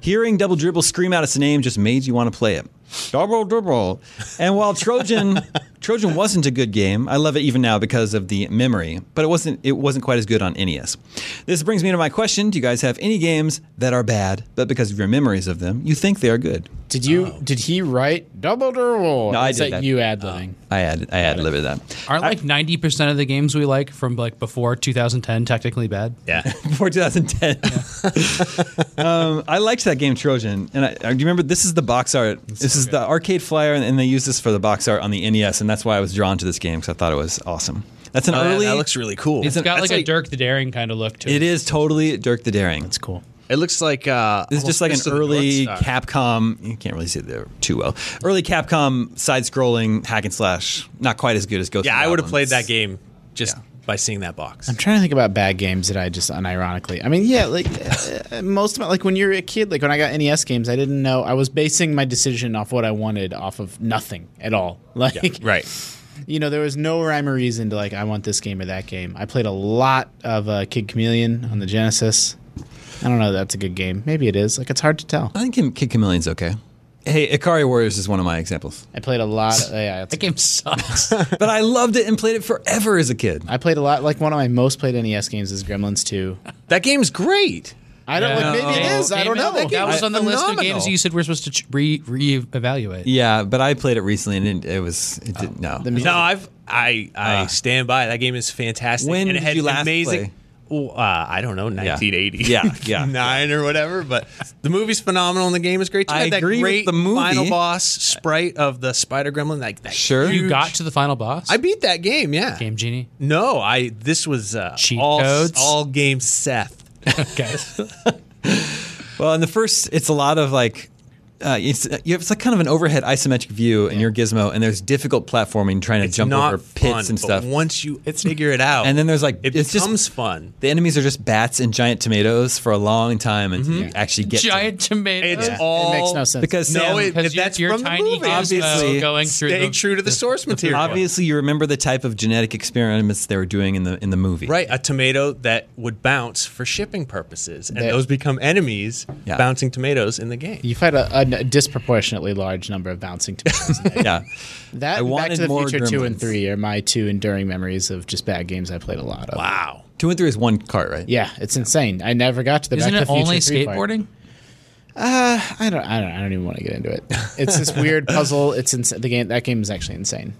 Speaker 2: Hearing Double Dribble scream out its name just made you want to play it. Double Dribble. And while Trojan Trojan wasn't a good game, I love it even now because of the memory, but it wasn't it wasn't quite as good on NES. This brings me to my question, do you guys have any games that are bad, but because of your memories of them, you think they are good?
Speaker 5: Did you? Did he write Double Durable?
Speaker 2: No, I
Speaker 5: Is
Speaker 2: did
Speaker 5: that
Speaker 2: that.
Speaker 5: you ad libbing?
Speaker 2: I add I add a little bit of that.
Speaker 4: aren't like ninety percent of the games we like from like before 2010 technically bad?
Speaker 3: Yeah. Uh,
Speaker 2: before 2010. um, I liked that game Trojan, and I, I do you remember this is the box art. this is the arcade flyer, and, and they used this for the box art on the NES, and that's why I was drawn to this game because I thought it was awesome. That's an
Speaker 3: Oh, that-
Speaker 2: early.
Speaker 3: that looks really cool.
Speaker 4: It's got
Speaker 3: That's
Speaker 4: like a Dirk the Daring kind of look to it.
Speaker 2: it is totally Dirk the Daring.
Speaker 5: It's cool.
Speaker 3: It looks like uh,
Speaker 2: This is just like an early
Speaker 3: cap.
Speaker 2: Capcom. You can't really see it there too well. Early Capcom side-scrolling hack and slash. Not quite as good as Ghost.
Speaker 3: Yeah,
Speaker 2: and
Speaker 3: I would have
Speaker 2: Goblins.
Speaker 3: played that game just by seeing that box.
Speaker 5: I'm trying to think about bad games that I just unironically. I mean, yeah, like uh, most of my, like when you're a kid, like when I got NES games, I didn't know. I was basing my decision off what I wanted off of nothing at all. Like,
Speaker 3: Right.
Speaker 5: you know, there was no rhyme or reason to like I want this game or that game. I played a lot of uh, Kid Chameleon on the Genesis. I don't know. If that's a good game. Maybe it is. Like it's hard to tell.
Speaker 2: I think Kim- Kid Chameleon's okay. Hey, Ikari Warriors is one of my examples,
Speaker 5: I played a lot. uh, yeah, it's
Speaker 4: That game sucks.
Speaker 2: but I loved it and played it forever as a kid.
Speaker 5: I played a lot. Like one of my most played NES games is Gremlins 2.
Speaker 3: That game's great.
Speaker 5: I don't like. Maybe it
Speaker 4: Dave-
Speaker 5: is. I don't
Speaker 4: David,
Speaker 5: know.
Speaker 4: Oh, That was
Speaker 3: is
Speaker 4: on the list of
Speaker 3: phenomenal.
Speaker 4: games that you said we're supposed to ch- re reevaluate.
Speaker 2: Yeah, but I played it recently and it, it was it didn't no.
Speaker 5: music-
Speaker 3: No, I've I I stand by. That game is fantastic.
Speaker 2: Ah. When
Speaker 3: and it
Speaker 2: did
Speaker 3: had
Speaker 2: you last
Speaker 3: amazing
Speaker 2: play?
Speaker 3: well, uh, I don't know, 1980.
Speaker 2: Yeah, yeah.
Speaker 3: Nine or whatever. But the movie's phenomenal and the game is great. You
Speaker 2: I
Speaker 3: had that
Speaker 2: agree with
Speaker 3: great
Speaker 2: the movie.
Speaker 3: final boss sprite of the spider gremlin. Like that
Speaker 2: Sure.
Speaker 3: huge-
Speaker 4: You got to the final boss.
Speaker 3: I beat that game, yeah.
Speaker 4: Game Genie.
Speaker 3: No, I this was uh,
Speaker 4: Cheat
Speaker 3: all,
Speaker 4: codes?
Speaker 3: all game Seth.
Speaker 4: Okay.
Speaker 2: Well, in the first, it's a lot of like, uh, it's, you have, it's like kind of an overhead isometric view in your gizmo, and there's difficult platforming trying to
Speaker 3: It's
Speaker 2: jump
Speaker 3: not
Speaker 2: over
Speaker 3: fun,
Speaker 2: pits and
Speaker 3: but
Speaker 2: stuff.
Speaker 3: Once you figure it out,
Speaker 2: And then there's like,
Speaker 3: it
Speaker 2: it's just
Speaker 3: becomes fun.
Speaker 2: the enemies are just bats and giant tomatoes for a long time until you actually get to
Speaker 4: Giant tomato.
Speaker 3: It's
Speaker 5: Yeah,
Speaker 3: all
Speaker 5: it makes no sense.
Speaker 2: because
Speaker 3: Mm-hmm.
Speaker 2: Sam,
Speaker 3: No, it-
Speaker 4: Because
Speaker 3: if
Speaker 4: you-
Speaker 3: that's
Speaker 4: your
Speaker 3: from the
Speaker 4: tiny
Speaker 3: movie,
Speaker 4: gizmo
Speaker 2: obviously-
Speaker 4: going through the,
Speaker 3: staying true to the, source material.
Speaker 2: obviously you remember the type of genetic experiments they were doing in the in the movie.
Speaker 3: Right, a tomato that would bounce for shipping purposes, and
Speaker 5: That-
Speaker 3: those become enemies
Speaker 2: Yeah.
Speaker 3: bouncing tomatoes in the game.
Speaker 5: You fight a, a disproportionately large number of bouncing tomatoes.
Speaker 2: Yeah.
Speaker 5: that
Speaker 2: I
Speaker 5: and Back
Speaker 2: wanted
Speaker 5: to the
Speaker 2: more
Speaker 5: Future two
Speaker 2: Gremlins.
Speaker 5: and three are my two enduring memories of just bad games I played a lot of.
Speaker 3: Wow,
Speaker 2: Two and three is one cart, right?
Speaker 5: Yeah, it's insane. I never got to the
Speaker 4: Isn't
Speaker 5: Back to
Speaker 4: it
Speaker 5: the Future
Speaker 4: only
Speaker 5: 3 part.
Speaker 4: skateboarding?
Speaker 5: I don't, I don't. I don't even want to get into it. It's this weird puzzle. It's insane. The game. That game is actually insane.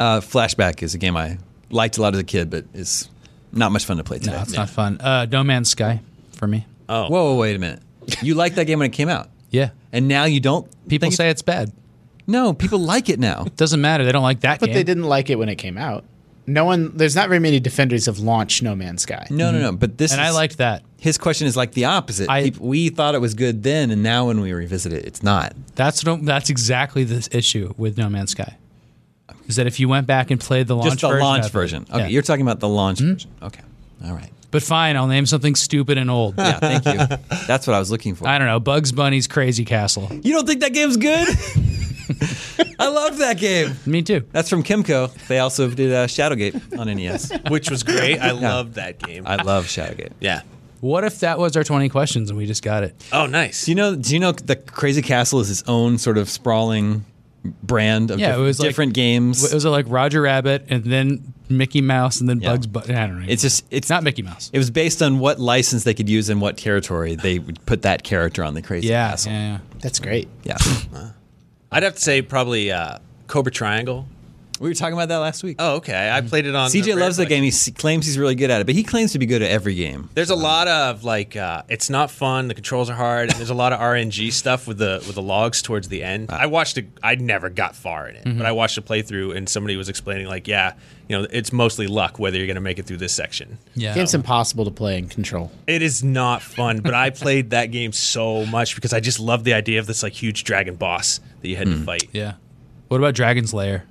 Speaker 2: Uh, Flashback is a game I liked a lot as a kid, but is not much fun to play today.
Speaker 4: No, it's not fun. Uh, no Man's Sky for me.
Speaker 2: Whoa, whoa, wait a minute. You liked that game when it came out,
Speaker 4: Yeah.
Speaker 2: and now you don't.
Speaker 4: People
Speaker 2: think
Speaker 4: say it's bad.
Speaker 2: it's- no. People like it now.
Speaker 4: Doesn't matter. They don't like that
Speaker 5: But
Speaker 4: game.
Speaker 5: they didn't like it when it came out. No one. There's not very many defenders of launch No Man's Sky.
Speaker 2: No, no, no. But this
Speaker 4: And I
Speaker 2: is-
Speaker 4: liked that.
Speaker 2: his question is like the opposite.
Speaker 4: I-
Speaker 2: Peop- we thought it was good then, and now when we revisit it, it's not.
Speaker 4: That's no, that's exactly the issue with No Man's Sky. Is that if you went back and played the launch
Speaker 2: Just the
Speaker 4: version
Speaker 2: launch
Speaker 4: of it-
Speaker 2: version. Okay,
Speaker 4: Yeah. Hmm?
Speaker 2: you're talking about the launch version. Okay, all right.
Speaker 4: But fine, I'll name something stupid and old.
Speaker 2: Yeah, thank you. That's what I was looking for.
Speaker 4: I don't know. Bugs Bunny's Crazy Castle.
Speaker 2: you don't think that game's good? I love that game.
Speaker 4: Me too.
Speaker 2: That's from Kimco. They also did uh, Shadowgate on NES.
Speaker 3: which was great. I loved that game.
Speaker 2: I love Shadowgate.
Speaker 3: yeah.
Speaker 4: What if that was our 20 questions and we just got it?
Speaker 3: Oh, nice.
Speaker 2: Do you know? Do you know the Crazy Castle is its own sort of sprawling brand of
Speaker 4: Yeah, it
Speaker 2: diff-
Speaker 4: was like-
Speaker 2: different games?
Speaker 4: It was like Roger Rabbit and then Mickey Mouse and then
Speaker 2: Yeah.
Speaker 4: Bugs Bunny. I don't know.
Speaker 2: it's just it's
Speaker 4: not Mickey Mouse.
Speaker 2: It was based on what license they could use in what territory they would put that character on the Crazy
Speaker 4: yeah,
Speaker 2: Castle.
Speaker 4: yeah,
Speaker 5: That's great.
Speaker 2: Yeah.
Speaker 3: I'd have to say probably uh, Cobra Triangle.
Speaker 2: we were talking about that last week.
Speaker 3: Oh, okay. I played it on. the
Speaker 2: CJ
Speaker 3: Rare
Speaker 2: loves that
Speaker 3: Collection.
Speaker 2: game. He s- claims he's really good at it, but he claims to be good at every game.
Speaker 3: There's a lot of like, uh, it's not fun. The controls are hard, and there's a lot of RNG stuff with the with the logs towards the end. I watched it. I never got far in it, but I watched a playthrough, and somebody was explaining like, yeah, you know, it's mostly luck whether you're going to make it through this section.
Speaker 4: yeah.
Speaker 5: Game's impossible to play and control.
Speaker 3: It is not fun, but I played that game so much because I just love the idea of this like huge dragon boss that you had to fight.
Speaker 4: yeah. What about Dragon's Lair?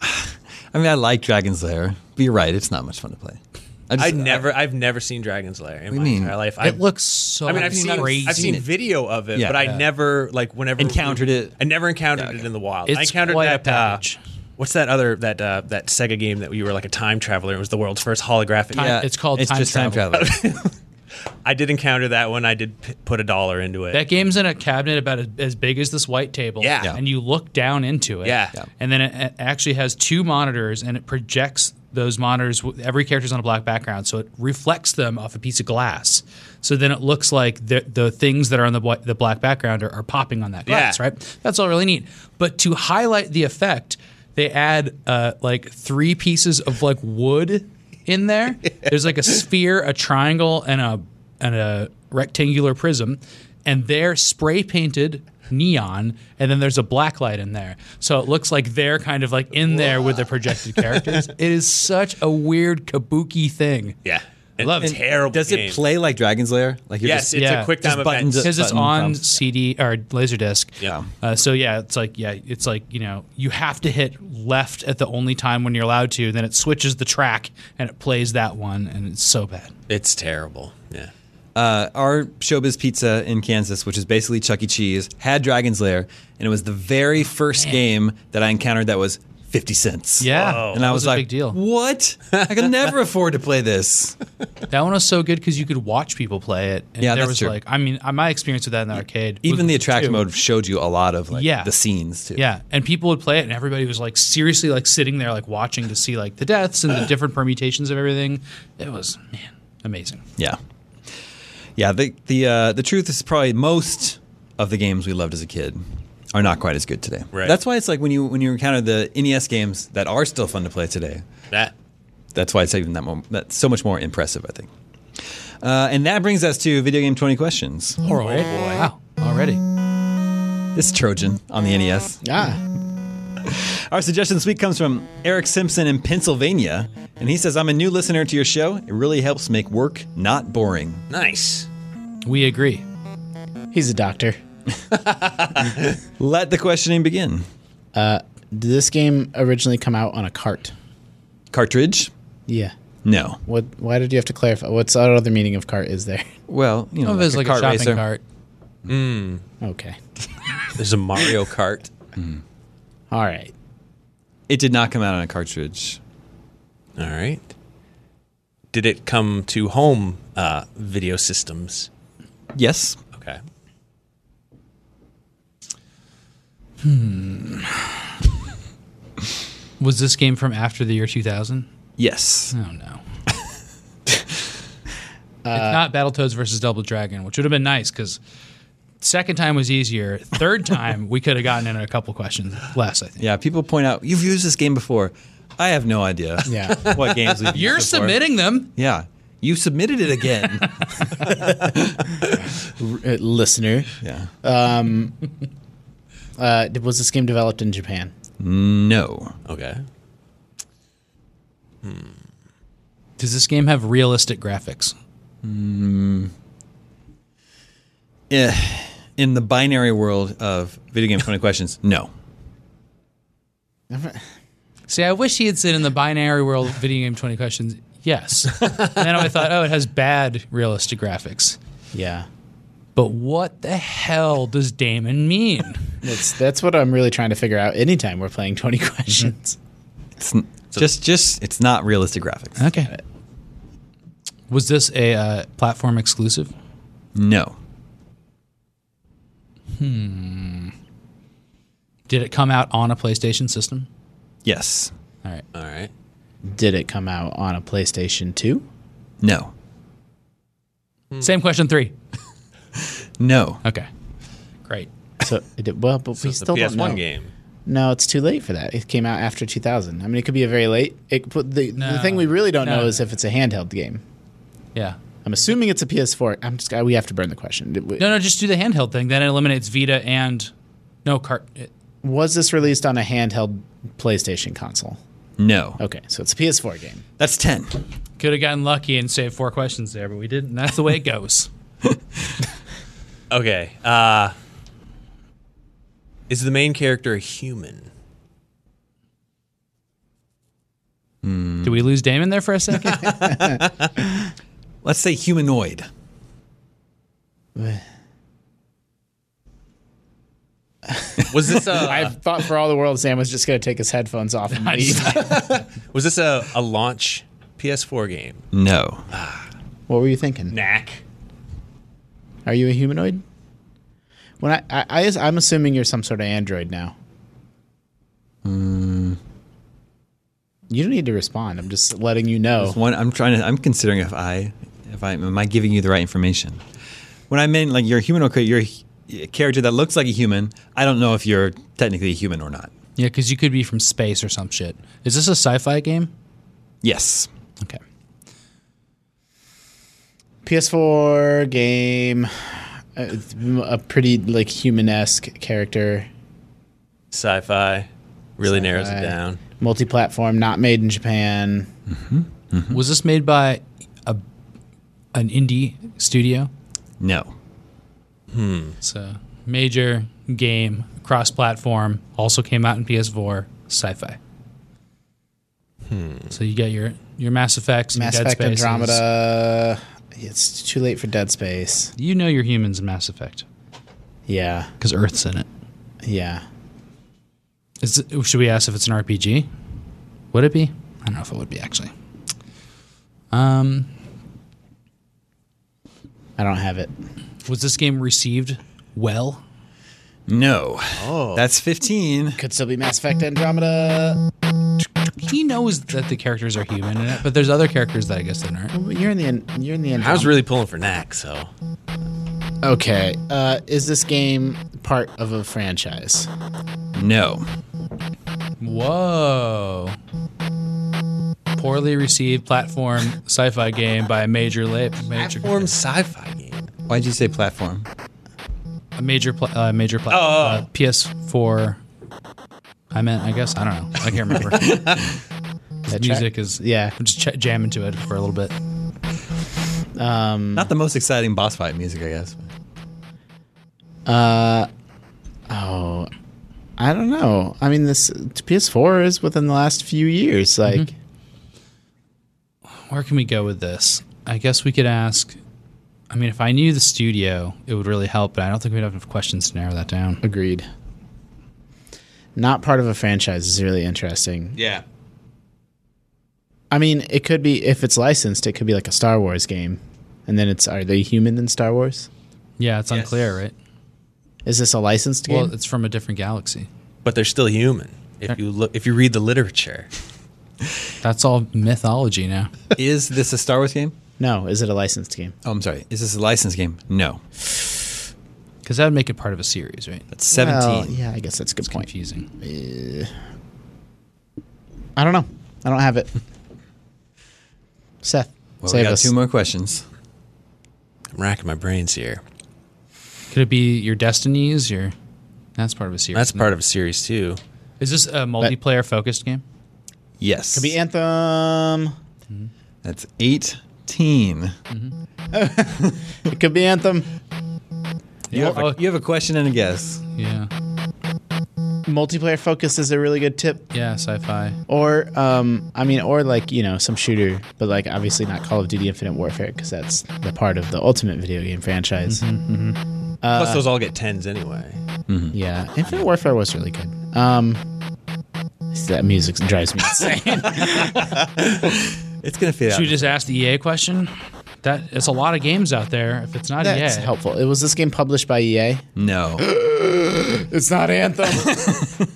Speaker 2: I mean, I like Dragon's Lair, but you're right. It's not much fun to play. I, just,
Speaker 3: I never, I've never seen Dragon's Lair in my
Speaker 2: mean?
Speaker 3: entire life.
Speaker 4: It
Speaker 3: I've-
Speaker 4: looks so
Speaker 3: I mean, I've seen,
Speaker 4: crazy.
Speaker 3: I've seen video of it,
Speaker 2: Yeah.
Speaker 3: but I
Speaker 2: Yeah.
Speaker 3: never like whenever
Speaker 2: Encountered it.
Speaker 3: I never encountered it in the wild. I
Speaker 4: It's
Speaker 3: encountered
Speaker 4: quite a
Speaker 3: that. uh,
Speaker 4: package.
Speaker 3: what's that other that uh, that Sega game that we were like a time traveler? It was the world's first holographic.
Speaker 4: Time-
Speaker 3: Yeah.
Speaker 2: yeah,
Speaker 4: it's called
Speaker 2: it's
Speaker 4: time
Speaker 2: just time
Speaker 4: travel.
Speaker 2: travel.
Speaker 3: I did encounter that one. I did p- put a dollar into it.
Speaker 4: That game's in a cabinet about a, as big as this white table.
Speaker 3: Yeah. Yeah.
Speaker 4: And you look down into it.
Speaker 3: Yeah. Yeah.
Speaker 4: And then it, it actually has two monitors and it projects those monitors. with- Every character's on a black background. So it reflects them off a piece of glass. So then it looks like the, the things that are on the, bla- the black background are, are popping on that glass,
Speaker 3: Yeah.
Speaker 4: right? That's all really neat. But to highlight the effect, they add uh, like three pieces of like wood in there. There's like a sphere, a triangle, and a and a rectangular prism, and they're spray painted neon, and then there's a black light in there, so it looks like they're kind of like in there with the projected characters. it is such a weird kabuki thing.
Speaker 3: yeah, And
Speaker 4: Love it.
Speaker 3: terrible.
Speaker 2: Does
Speaker 3: game.
Speaker 2: it play like Dragon's Lair? Like you're
Speaker 3: Yes,
Speaker 2: just,
Speaker 3: it's
Speaker 4: Yeah.
Speaker 3: a quick
Speaker 2: Just
Speaker 3: time event.
Speaker 2: buttons
Speaker 4: because it's
Speaker 2: button
Speaker 4: on
Speaker 2: thumbs.
Speaker 4: CD or Laserdisc.
Speaker 3: Yeah.
Speaker 4: Uh, so yeah, it's like yeah, it's like you know you have to hit left at the only time when you're allowed to. Then it switches the track and it plays that one, and it's so bad.
Speaker 3: It's terrible. Yeah.
Speaker 2: uh, our Showbiz Pizza in Kansas, which is basically Chuck E. Cheese, had Dragon's Lair, and it was the very first game that I encountered that was fifty cents.
Speaker 4: Yeah,
Speaker 3: Whoa.
Speaker 2: and I
Speaker 4: that
Speaker 2: was,
Speaker 4: a
Speaker 2: like,
Speaker 4: big deal.
Speaker 2: "What? I can never afford to play this."
Speaker 4: That one was so good because you could watch people play it. And
Speaker 2: Yeah,
Speaker 4: there
Speaker 2: that's
Speaker 4: was
Speaker 2: true. E-,
Speaker 4: like I mean uh, my experience with that in the arcade. was
Speaker 2: Even the attract
Speaker 4: too.
Speaker 2: mode showed you a lot of like
Speaker 4: Yeah.
Speaker 2: the scenes too.
Speaker 4: Yeah, and people would play it, and everybody was like seriously like sitting there like watching to see like the deaths and the different permutations of everything. It was man amazing.
Speaker 2: yeah, yeah. The the uh, the truth is probably most of the games we loved as a kid are not quite as good today.
Speaker 3: Right.
Speaker 2: E That's why it's like when you when you encounter the NES games that are still fun to play today.
Speaker 3: That
Speaker 2: that's why it's even that more that's so much more impressive, I think. Uh, and that brings us to video game twenty questions.
Speaker 4: Oh, boy. Wow. Already.
Speaker 2: This Trojan on the NES.
Speaker 5: Ah,
Speaker 2: Our suggestion this week comes from Eric Simpson in Pennsylvania, and he says, "I'm a new listener to your show. It really helps make work not boring."
Speaker 3: Nice.
Speaker 4: We agree.
Speaker 5: he's a doctor.
Speaker 2: Let the questioning begin.
Speaker 5: Did this game originally come out on a cart?
Speaker 2: Cartridge?
Speaker 5: Yeah.
Speaker 2: No.
Speaker 5: What? Why did you have to clarify? What's the other meaning of cart is there?
Speaker 2: Well, you know,
Speaker 4: Oh,
Speaker 2: like
Speaker 4: there's
Speaker 2: a
Speaker 4: like a
Speaker 2: kart
Speaker 4: shopping
Speaker 2: racer.
Speaker 4: cart.
Speaker 5: Okay.
Speaker 3: There's a Mario Kart.
Speaker 5: All right.
Speaker 2: It did not come out on a cartridge.
Speaker 3: All right. Did it come to home uh, video systems?
Speaker 2: Yes.
Speaker 3: Okay.
Speaker 4: Was this game from after the year 2000?
Speaker 2: Yes.
Speaker 4: Oh, no. it's not Battletoads versus Double Dragon, which would have been nice because second time was easier. Third time, we could have gotten in a couple questions less, I think.
Speaker 2: Yeah, people point out you've used this game before. I have no idea.
Speaker 5: Yeah.
Speaker 2: What games we've used
Speaker 4: You're
Speaker 2: before.
Speaker 4: submitting them.
Speaker 2: Yeah. You submitted it again.
Speaker 5: Uh, listener,
Speaker 2: yeah.
Speaker 5: uh, did- was this game developed in Japan?
Speaker 2: No.
Speaker 3: Okay.
Speaker 4: Does this game have realistic graphics?
Speaker 2: Eh, In the binary world of video game 20 questions, no.
Speaker 4: See, I wish he had said in the binary world video game 20 questions, yes. and then I thought, oh, it has bad realistic graphics.
Speaker 5: Yeah.
Speaker 4: But what the hell does Damon mean?
Speaker 5: That's that's what I'm really trying to figure out. Anytime we're playing 20 questions.
Speaker 2: It's n- just just it's not realistic graphics.
Speaker 4: okay. Was this a uh, platform exclusive?
Speaker 2: No.
Speaker 4: Did it come out on a PlayStation system?
Speaker 2: Yes.
Speaker 4: All right.
Speaker 3: All right.
Speaker 5: Did it come out on a PlayStation 2?
Speaker 2: No.
Speaker 4: Same question three.
Speaker 2: No.
Speaker 4: Okay. Great.
Speaker 5: So it did, well, but we
Speaker 3: It's a
Speaker 5: still don't know.
Speaker 3: PS1 game.
Speaker 5: No, it's too late for that. It came out after 2000. I mean, it could be a very late. It, but the, the
Speaker 4: No.
Speaker 5: thing we really don't
Speaker 4: No,
Speaker 5: know is
Speaker 4: no.
Speaker 5: if it's a handheld game.
Speaker 4: Yeah.
Speaker 5: I'm assuming it's a PS4. I'm just. We have to burn the question. Did we-
Speaker 4: No, no, just do the handheld thing. Then it eliminates Vita and no cart. it-
Speaker 5: Was this released on a handheld PlayStation console?
Speaker 2: No.
Speaker 5: Okay, so it's a PS4 game.
Speaker 2: That's 10.
Speaker 4: Could have gotten lucky and saved four questions there, but we didn't. and That's the way it goes.
Speaker 3: Okay. Uh, is the main character a human?
Speaker 4: Did we lose Damon there for a second?
Speaker 2: Let's say humanoid.
Speaker 3: Was this a
Speaker 5: I thought for all the world Sam was just going to take his headphones off and
Speaker 4: I
Speaker 5: leave.
Speaker 4: just-
Speaker 3: was this a, a launch PS4 game?
Speaker 2: No.
Speaker 5: what were you thinking?
Speaker 3: Knack.
Speaker 5: Are you a humanoid? When I, I, I I'm assuming you're some sort of android now.
Speaker 4: Hmm.
Speaker 5: You don't need to respond. I'm just letting you know.
Speaker 2: One, I'm trying to. I'm considering if I, if I am I giving you the right information. When I mean like you're a humanoid, crea- you're a hu- character that looks like a human. I don't know if you're technically a human or not.
Speaker 4: yeah, because you could be from space or some shit. Is this a sci fi game?
Speaker 2: Yes.
Speaker 4: Okay.
Speaker 5: PS4 game, a, a pretty like human-esque character,
Speaker 3: Sci-fi. Really narrows it
Speaker 5: Sci-fi.
Speaker 3: down.
Speaker 5: multi-platform, not made in Japan.
Speaker 4: Was this made by a an indie studio?
Speaker 2: No.
Speaker 4: It's a major game, cross platform, also came out in PS4, sci fi. So you got your, your Mass Effects, and
Speaker 5: Mass
Speaker 4: Dead
Speaker 5: Effect
Speaker 4: Spaces.
Speaker 5: Andromeda. It's too late for Dead Space.
Speaker 4: You know your humans in Mass Effect
Speaker 5: Yeah,
Speaker 4: because Earth's in it.
Speaker 5: yeah.
Speaker 4: Is it- should we ask if it's an RPG? Would it be? I don't know if it would be actually. Um,
Speaker 5: I don't have it.
Speaker 4: was this game received well?
Speaker 2: No. Oh. That's 15.
Speaker 5: Could still be Mass Effect Andromeda.
Speaker 4: He knows that the characters are human in it, but there's other characters that I guess that aren't.
Speaker 5: Well, You're in the An- you're in the Andromeda.
Speaker 3: I was really pulling for Knack, so
Speaker 5: okay. Uh, is this game part of a franchise?
Speaker 2: No.
Speaker 4: Whoa. poorly received platform sci-fi game by a major la- major
Speaker 3: Platform sci-fi game.
Speaker 2: Why'd you say platform?
Speaker 4: a major pla- uh, major pla-
Speaker 3: Oh.
Speaker 4: uh, PS4. I meant, I guess I don't know. I can't remember. The music is
Speaker 5: Yeah.
Speaker 4: I'm just ch- jamming to it for a little bit.
Speaker 2: Not the most exciting boss fight music, I guess.
Speaker 5: Oh, I don't know. I mean, this PS4 is within the last few years. Like,
Speaker 4: Where can we go with this? I guess we could ask. I mean, if I knew the studio, it would really help. But I don't think we'd have enough questions to narrow that down.
Speaker 5: agreed. Not part of a franchise is really interesting.
Speaker 2: Yeah.
Speaker 5: I mean, it could be if it's licensed, it could be like a Star Wars game, and then it's are they human in Star Wars?
Speaker 4: Yeah, it's unclear, right?
Speaker 5: Is this a licensed game?
Speaker 4: Well, it's from a different galaxy.
Speaker 3: But they're still human. If you look, if you read the literature,
Speaker 4: That's all mythology now.
Speaker 2: Is this a Star Wars game?
Speaker 5: no, is it a licensed game?
Speaker 2: Oh, I'm sorry. Is this a licensed game? No.
Speaker 4: Because that would make it part of a series, right?
Speaker 2: That's 17.
Speaker 5: Well, yeah, I guess that's a good point.
Speaker 4: Confusing.
Speaker 5: I don't know. I don't have it. Seth,
Speaker 2: Well, we
Speaker 5: save
Speaker 2: got
Speaker 5: us.
Speaker 2: two more questions.
Speaker 3: I'm racking my brains here.
Speaker 4: Could it be your destinies? Your that's part of a series.
Speaker 3: That's
Speaker 4: isn't it?
Speaker 3: part of a series too.
Speaker 4: Is this a multiplayer focused game?
Speaker 2: Yes.
Speaker 5: Could be Anthem.
Speaker 2: That's 18.
Speaker 5: It could be Anthem.
Speaker 2: You, have
Speaker 4: Oh,
Speaker 2: a, you have a question and a guess.
Speaker 4: yeah.
Speaker 5: Multiplayer focus is a really good tip.
Speaker 4: Yeah, sci-fi.
Speaker 5: Or, um, I mean, or like you know some shooter, but like obviously not Call of Duty Infinite Warfare because that's the part of the Ultimate video game franchise.
Speaker 4: Uh,
Speaker 3: Plus, those all get tens anyway.
Speaker 2: Mm-hmm.
Speaker 5: Yeah, Infinite Warfare was really good. Um, that music drives me insane.
Speaker 2: It's going to fit out.
Speaker 4: Should we just ask the EA question? That it's a lot of games out there. If it's not E
Speaker 5: that's
Speaker 4: EA,
Speaker 5: helpful. It was this game published by E EA.
Speaker 2: no.
Speaker 5: It's not Anthem.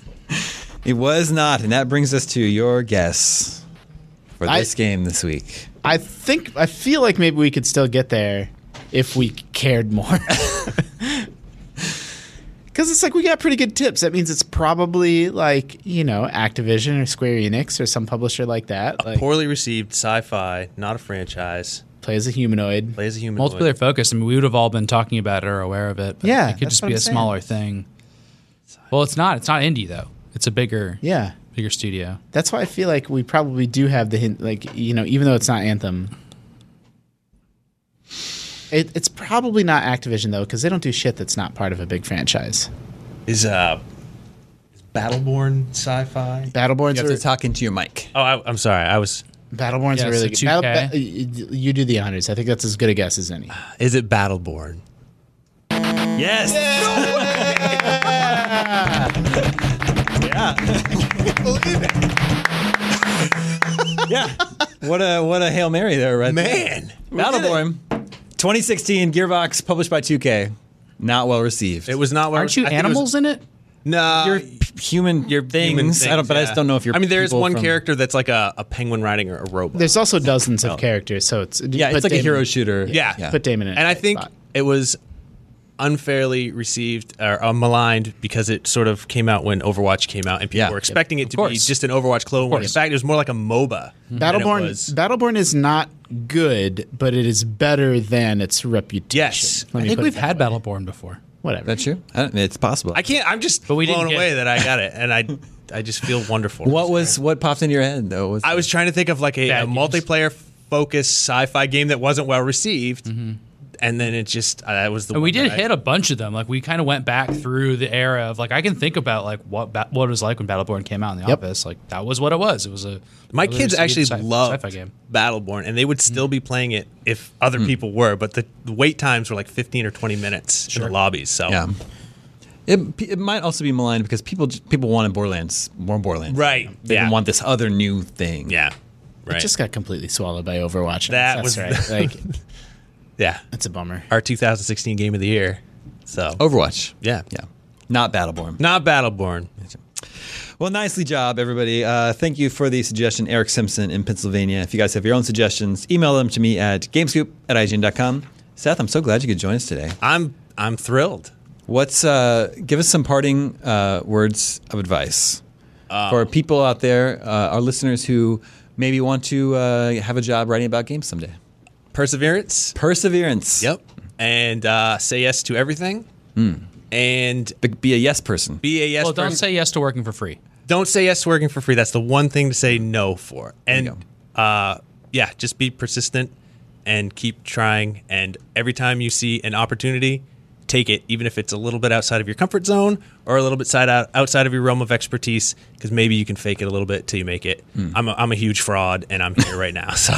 Speaker 2: It was not. And that brings us to your guess for
Speaker 5: I-
Speaker 2: this game this week.
Speaker 5: I think I feel like maybe we could still get there if we cared more. Because it's like we got pretty good tips. That means it's probably like you know Activision or Square Enix or some publisher like that. Like
Speaker 3: Poorly received sci-fi, not a franchise.
Speaker 5: plays a humanoid.
Speaker 3: Plays a human.
Speaker 4: multiplayer focused. I mean, we would have all been talking about it or aware of it. But
Speaker 5: Yeah,
Speaker 4: it could
Speaker 5: that's
Speaker 4: just
Speaker 5: what
Speaker 4: be
Speaker 5: I'm
Speaker 4: a
Speaker 5: saying.
Speaker 4: smaller thing. Well, it's not. It's not indie though. It's a bigger,
Speaker 5: Yeah,
Speaker 4: bigger studio.
Speaker 5: that's why I feel like we probably do have the hint. Like you know, even though it's not Anthem, it, it's probably not Activision though because they don't do shit that's not part of a big franchise.
Speaker 3: is uh, is Battleborn sci-fi?
Speaker 5: Battleborn's
Speaker 2: You
Speaker 5: a,
Speaker 2: have to talk into your mic.
Speaker 3: Oh, I, I'm sorry. I was.
Speaker 5: Battleborn's
Speaker 4: Yeah,
Speaker 5: a really
Speaker 4: so
Speaker 5: good. Battle,
Speaker 4: 2K.
Speaker 5: Ba- you do the honors. I think that's as good a guess as any.
Speaker 3: Is it Battleborn?
Speaker 2: Yes. yeah. What a what a hail mary there, right?
Speaker 3: Man,
Speaker 2: there. Battleborn, 2016 Gearbox, published by 2K, not well received.
Speaker 3: it was not. Where I
Speaker 4: Aren't
Speaker 3: was-
Speaker 4: you
Speaker 3: I think it was-
Speaker 4: animals in it?
Speaker 3: No,
Speaker 2: your p- human, your things.
Speaker 3: human
Speaker 2: I don't,
Speaker 3: things,
Speaker 2: but I
Speaker 3: yeah.
Speaker 2: just don't know if you're.
Speaker 3: I mean, there is
Speaker 2: people
Speaker 3: one
Speaker 2: from-
Speaker 3: character that's like a, a penguin riding a robot.
Speaker 5: There's also dozens of characters, so it's
Speaker 2: Yeah,
Speaker 5: put
Speaker 2: it's like a
Speaker 5: Damon-
Speaker 2: hero shooter.
Speaker 3: Yeah.
Speaker 5: Put Damon in,
Speaker 3: and I
Speaker 5: that
Speaker 3: think
Speaker 5: spot.
Speaker 3: it was unfairly received or uh, maligned because it sort of came out when Overwatch came out, and people
Speaker 2: Yeah.
Speaker 3: were expecting it to be
Speaker 4: course.
Speaker 3: just an Overwatch clone. When in
Speaker 4: course.
Speaker 3: fact, it was more like a MOBA. than it
Speaker 5: Battleborn.
Speaker 3: was-
Speaker 5: Battleborn is not good, but it is better than its reputation.
Speaker 3: Yes.
Speaker 4: I
Speaker 5: Let me
Speaker 4: think
Speaker 5: put it
Speaker 4: we've
Speaker 5: that
Speaker 4: had
Speaker 5: way.
Speaker 4: Battleborn before.
Speaker 5: Whatever.
Speaker 2: That's true. I don't, it's possible.
Speaker 3: I can't. I'm just
Speaker 4: we didn't
Speaker 3: blown
Speaker 4: get
Speaker 3: away
Speaker 4: it.
Speaker 3: that I got it, and I I just feel wonderful.
Speaker 2: what was what popped into your head though? Was
Speaker 3: I was trying to think of like a,
Speaker 4: Bad
Speaker 3: a
Speaker 4: games.
Speaker 3: multiplayer focused sci-fi game that wasn't well received, and then it just uh, that was the.
Speaker 4: Mm-hmm. And
Speaker 3: one
Speaker 4: we did
Speaker 3: that I-
Speaker 4: hit a bunch of them. Like we kind of went back through the era of like I can think about like what ba- what it was like when Battleborn came out in the
Speaker 5: Yep.
Speaker 4: office. Like that was what it was. It was a
Speaker 3: My
Speaker 4: well
Speaker 3: kids
Speaker 4: received
Speaker 3: actually
Speaker 4: sci-
Speaker 3: loved
Speaker 4: sci-fi game. Mm.
Speaker 3: Battleborn, and they would still be playing it if
Speaker 2: Mm.
Speaker 3: other people were. But the, the wait times were like fifteen or twenty minutes in the lobbies. So
Speaker 2: yeah. It, p- it might also be maligned because people j- people wanted Borderlands, more Borderlands.
Speaker 3: right,
Speaker 2: They
Speaker 3: yeah,
Speaker 2: didn't want this other new thing.
Speaker 3: yeah, right,
Speaker 5: It just got completely swallowed by Overwatch.
Speaker 3: That
Speaker 5: That's
Speaker 3: was-
Speaker 5: right. like
Speaker 3: yeah.
Speaker 5: that's a bummer.
Speaker 3: Our 2016 game of the year. So
Speaker 2: Overwatch.
Speaker 3: yeah,
Speaker 2: Oh, Yeah. Not Battleborn.
Speaker 3: not Battleborn.
Speaker 2: Well, nicely job, everybody. Uh, thank you for the suggestion, Eric Simpson in Pennsylvania. If you guys have your own suggestions, email them to me at gamescoop at IGN.com. Seth, I'm so glad you could join us today.
Speaker 3: I'm I'm thrilled.
Speaker 2: What's uh, give us some parting
Speaker 3: Um,
Speaker 2: uh, words of advice for people out there, uh, our listeners who maybe want to uh, have a job writing about games someday.
Speaker 3: Perseverance.
Speaker 2: Perseverance.
Speaker 3: Yep. And uh, say yes to everything.
Speaker 2: Hmm.
Speaker 3: And
Speaker 2: Be, be a yes person.
Speaker 3: be a yes
Speaker 4: Well, don't
Speaker 3: person.
Speaker 4: say yes to working for free.
Speaker 3: don't say yes to working for free. That's the one thing to say no for.
Speaker 2: you
Speaker 3: And uh, yeah, just be persistent and keep trying. And every time you see an opportunity, take it, even if it's a little bit outside of your comfort zone or a little bit side out, outside of your realm of expertise, because maybe you can fake it a little bit till you make it.
Speaker 2: Hmm.
Speaker 3: I'm, a, I'm a huge fraud, and I'm here right now.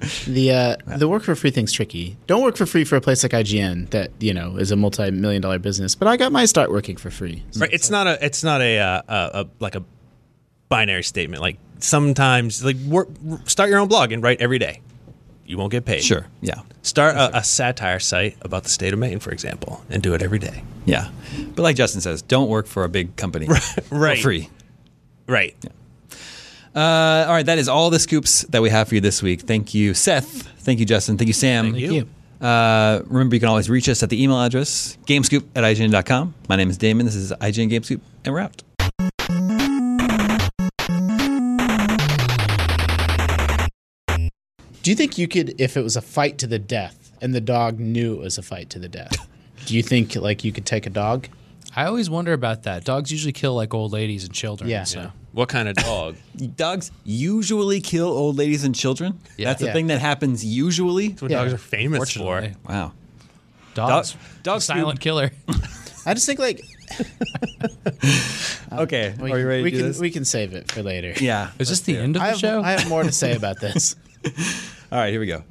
Speaker 3: So
Speaker 5: The uh, the work for free thing's tricky. Don't work for free for a place like IGN that you know is a multi million dollar business. But I got my start working for free.
Speaker 3: right, it's not a it's not a, uh, a, a like a binary statement. Like sometimes, like work, start your own blog and write every day. You won't get paid.
Speaker 2: Sure. Yeah.
Speaker 3: Start a, a satire site about the state of Maine, for example, and do it every day.
Speaker 2: Yeah. But like Justin says, don't work for a big company
Speaker 3: right.
Speaker 2: for free.
Speaker 3: Right.
Speaker 2: Uh, all right, that is all the scoops that we have for you this week. Thank you, Seth. Thank you, Justin. Thank you, Sam. Thank
Speaker 3: you.
Speaker 2: Uh, remember, you can always reach us at the email address gamescoop at IGN.com. My name is Damon. This is IGN Gamescoop, and we're out.
Speaker 5: Do you think you could, if it was a fight to the death, and the dog knew it was a fight to the death? do you think like you could take a dog?
Speaker 4: I always wonder about that. Dogs usually kill like old ladies and children.
Speaker 5: Yeah.
Speaker 4: So.
Speaker 3: What kind of dog?
Speaker 2: Dogs usually kill old ladies and children. That's the
Speaker 5: Yeah.
Speaker 2: thing that happens usually.
Speaker 3: what
Speaker 5: Yeah.
Speaker 3: dogs are famous for.
Speaker 4: Fortunately,
Speaker 2: Wow.
Speaker 4: dogs.
Speaker 2: dogs
Speaker 4: silent
Speaker 2: do-
Speaker 4: killer.
Speaker 5: I just think like
Speaker 2: Okay.
Speaker 5: we,
Speaker 2: Are you ready
Speaker 5: we
Speaker 2: to do
Speaker 5: can
Speaker 2: this?
Speaker 5: we can save it for later.
Speaker 2: yeah.
Speaker 4: Is this the
Speaker 2: do it.
Speaker 4: end of
Speaker 5: I
Speaker 4: the
Speaker 5: have,
Speaker 4: show?
Speaker 5: I have more to say about this.
Speaker 2: All right, here we go.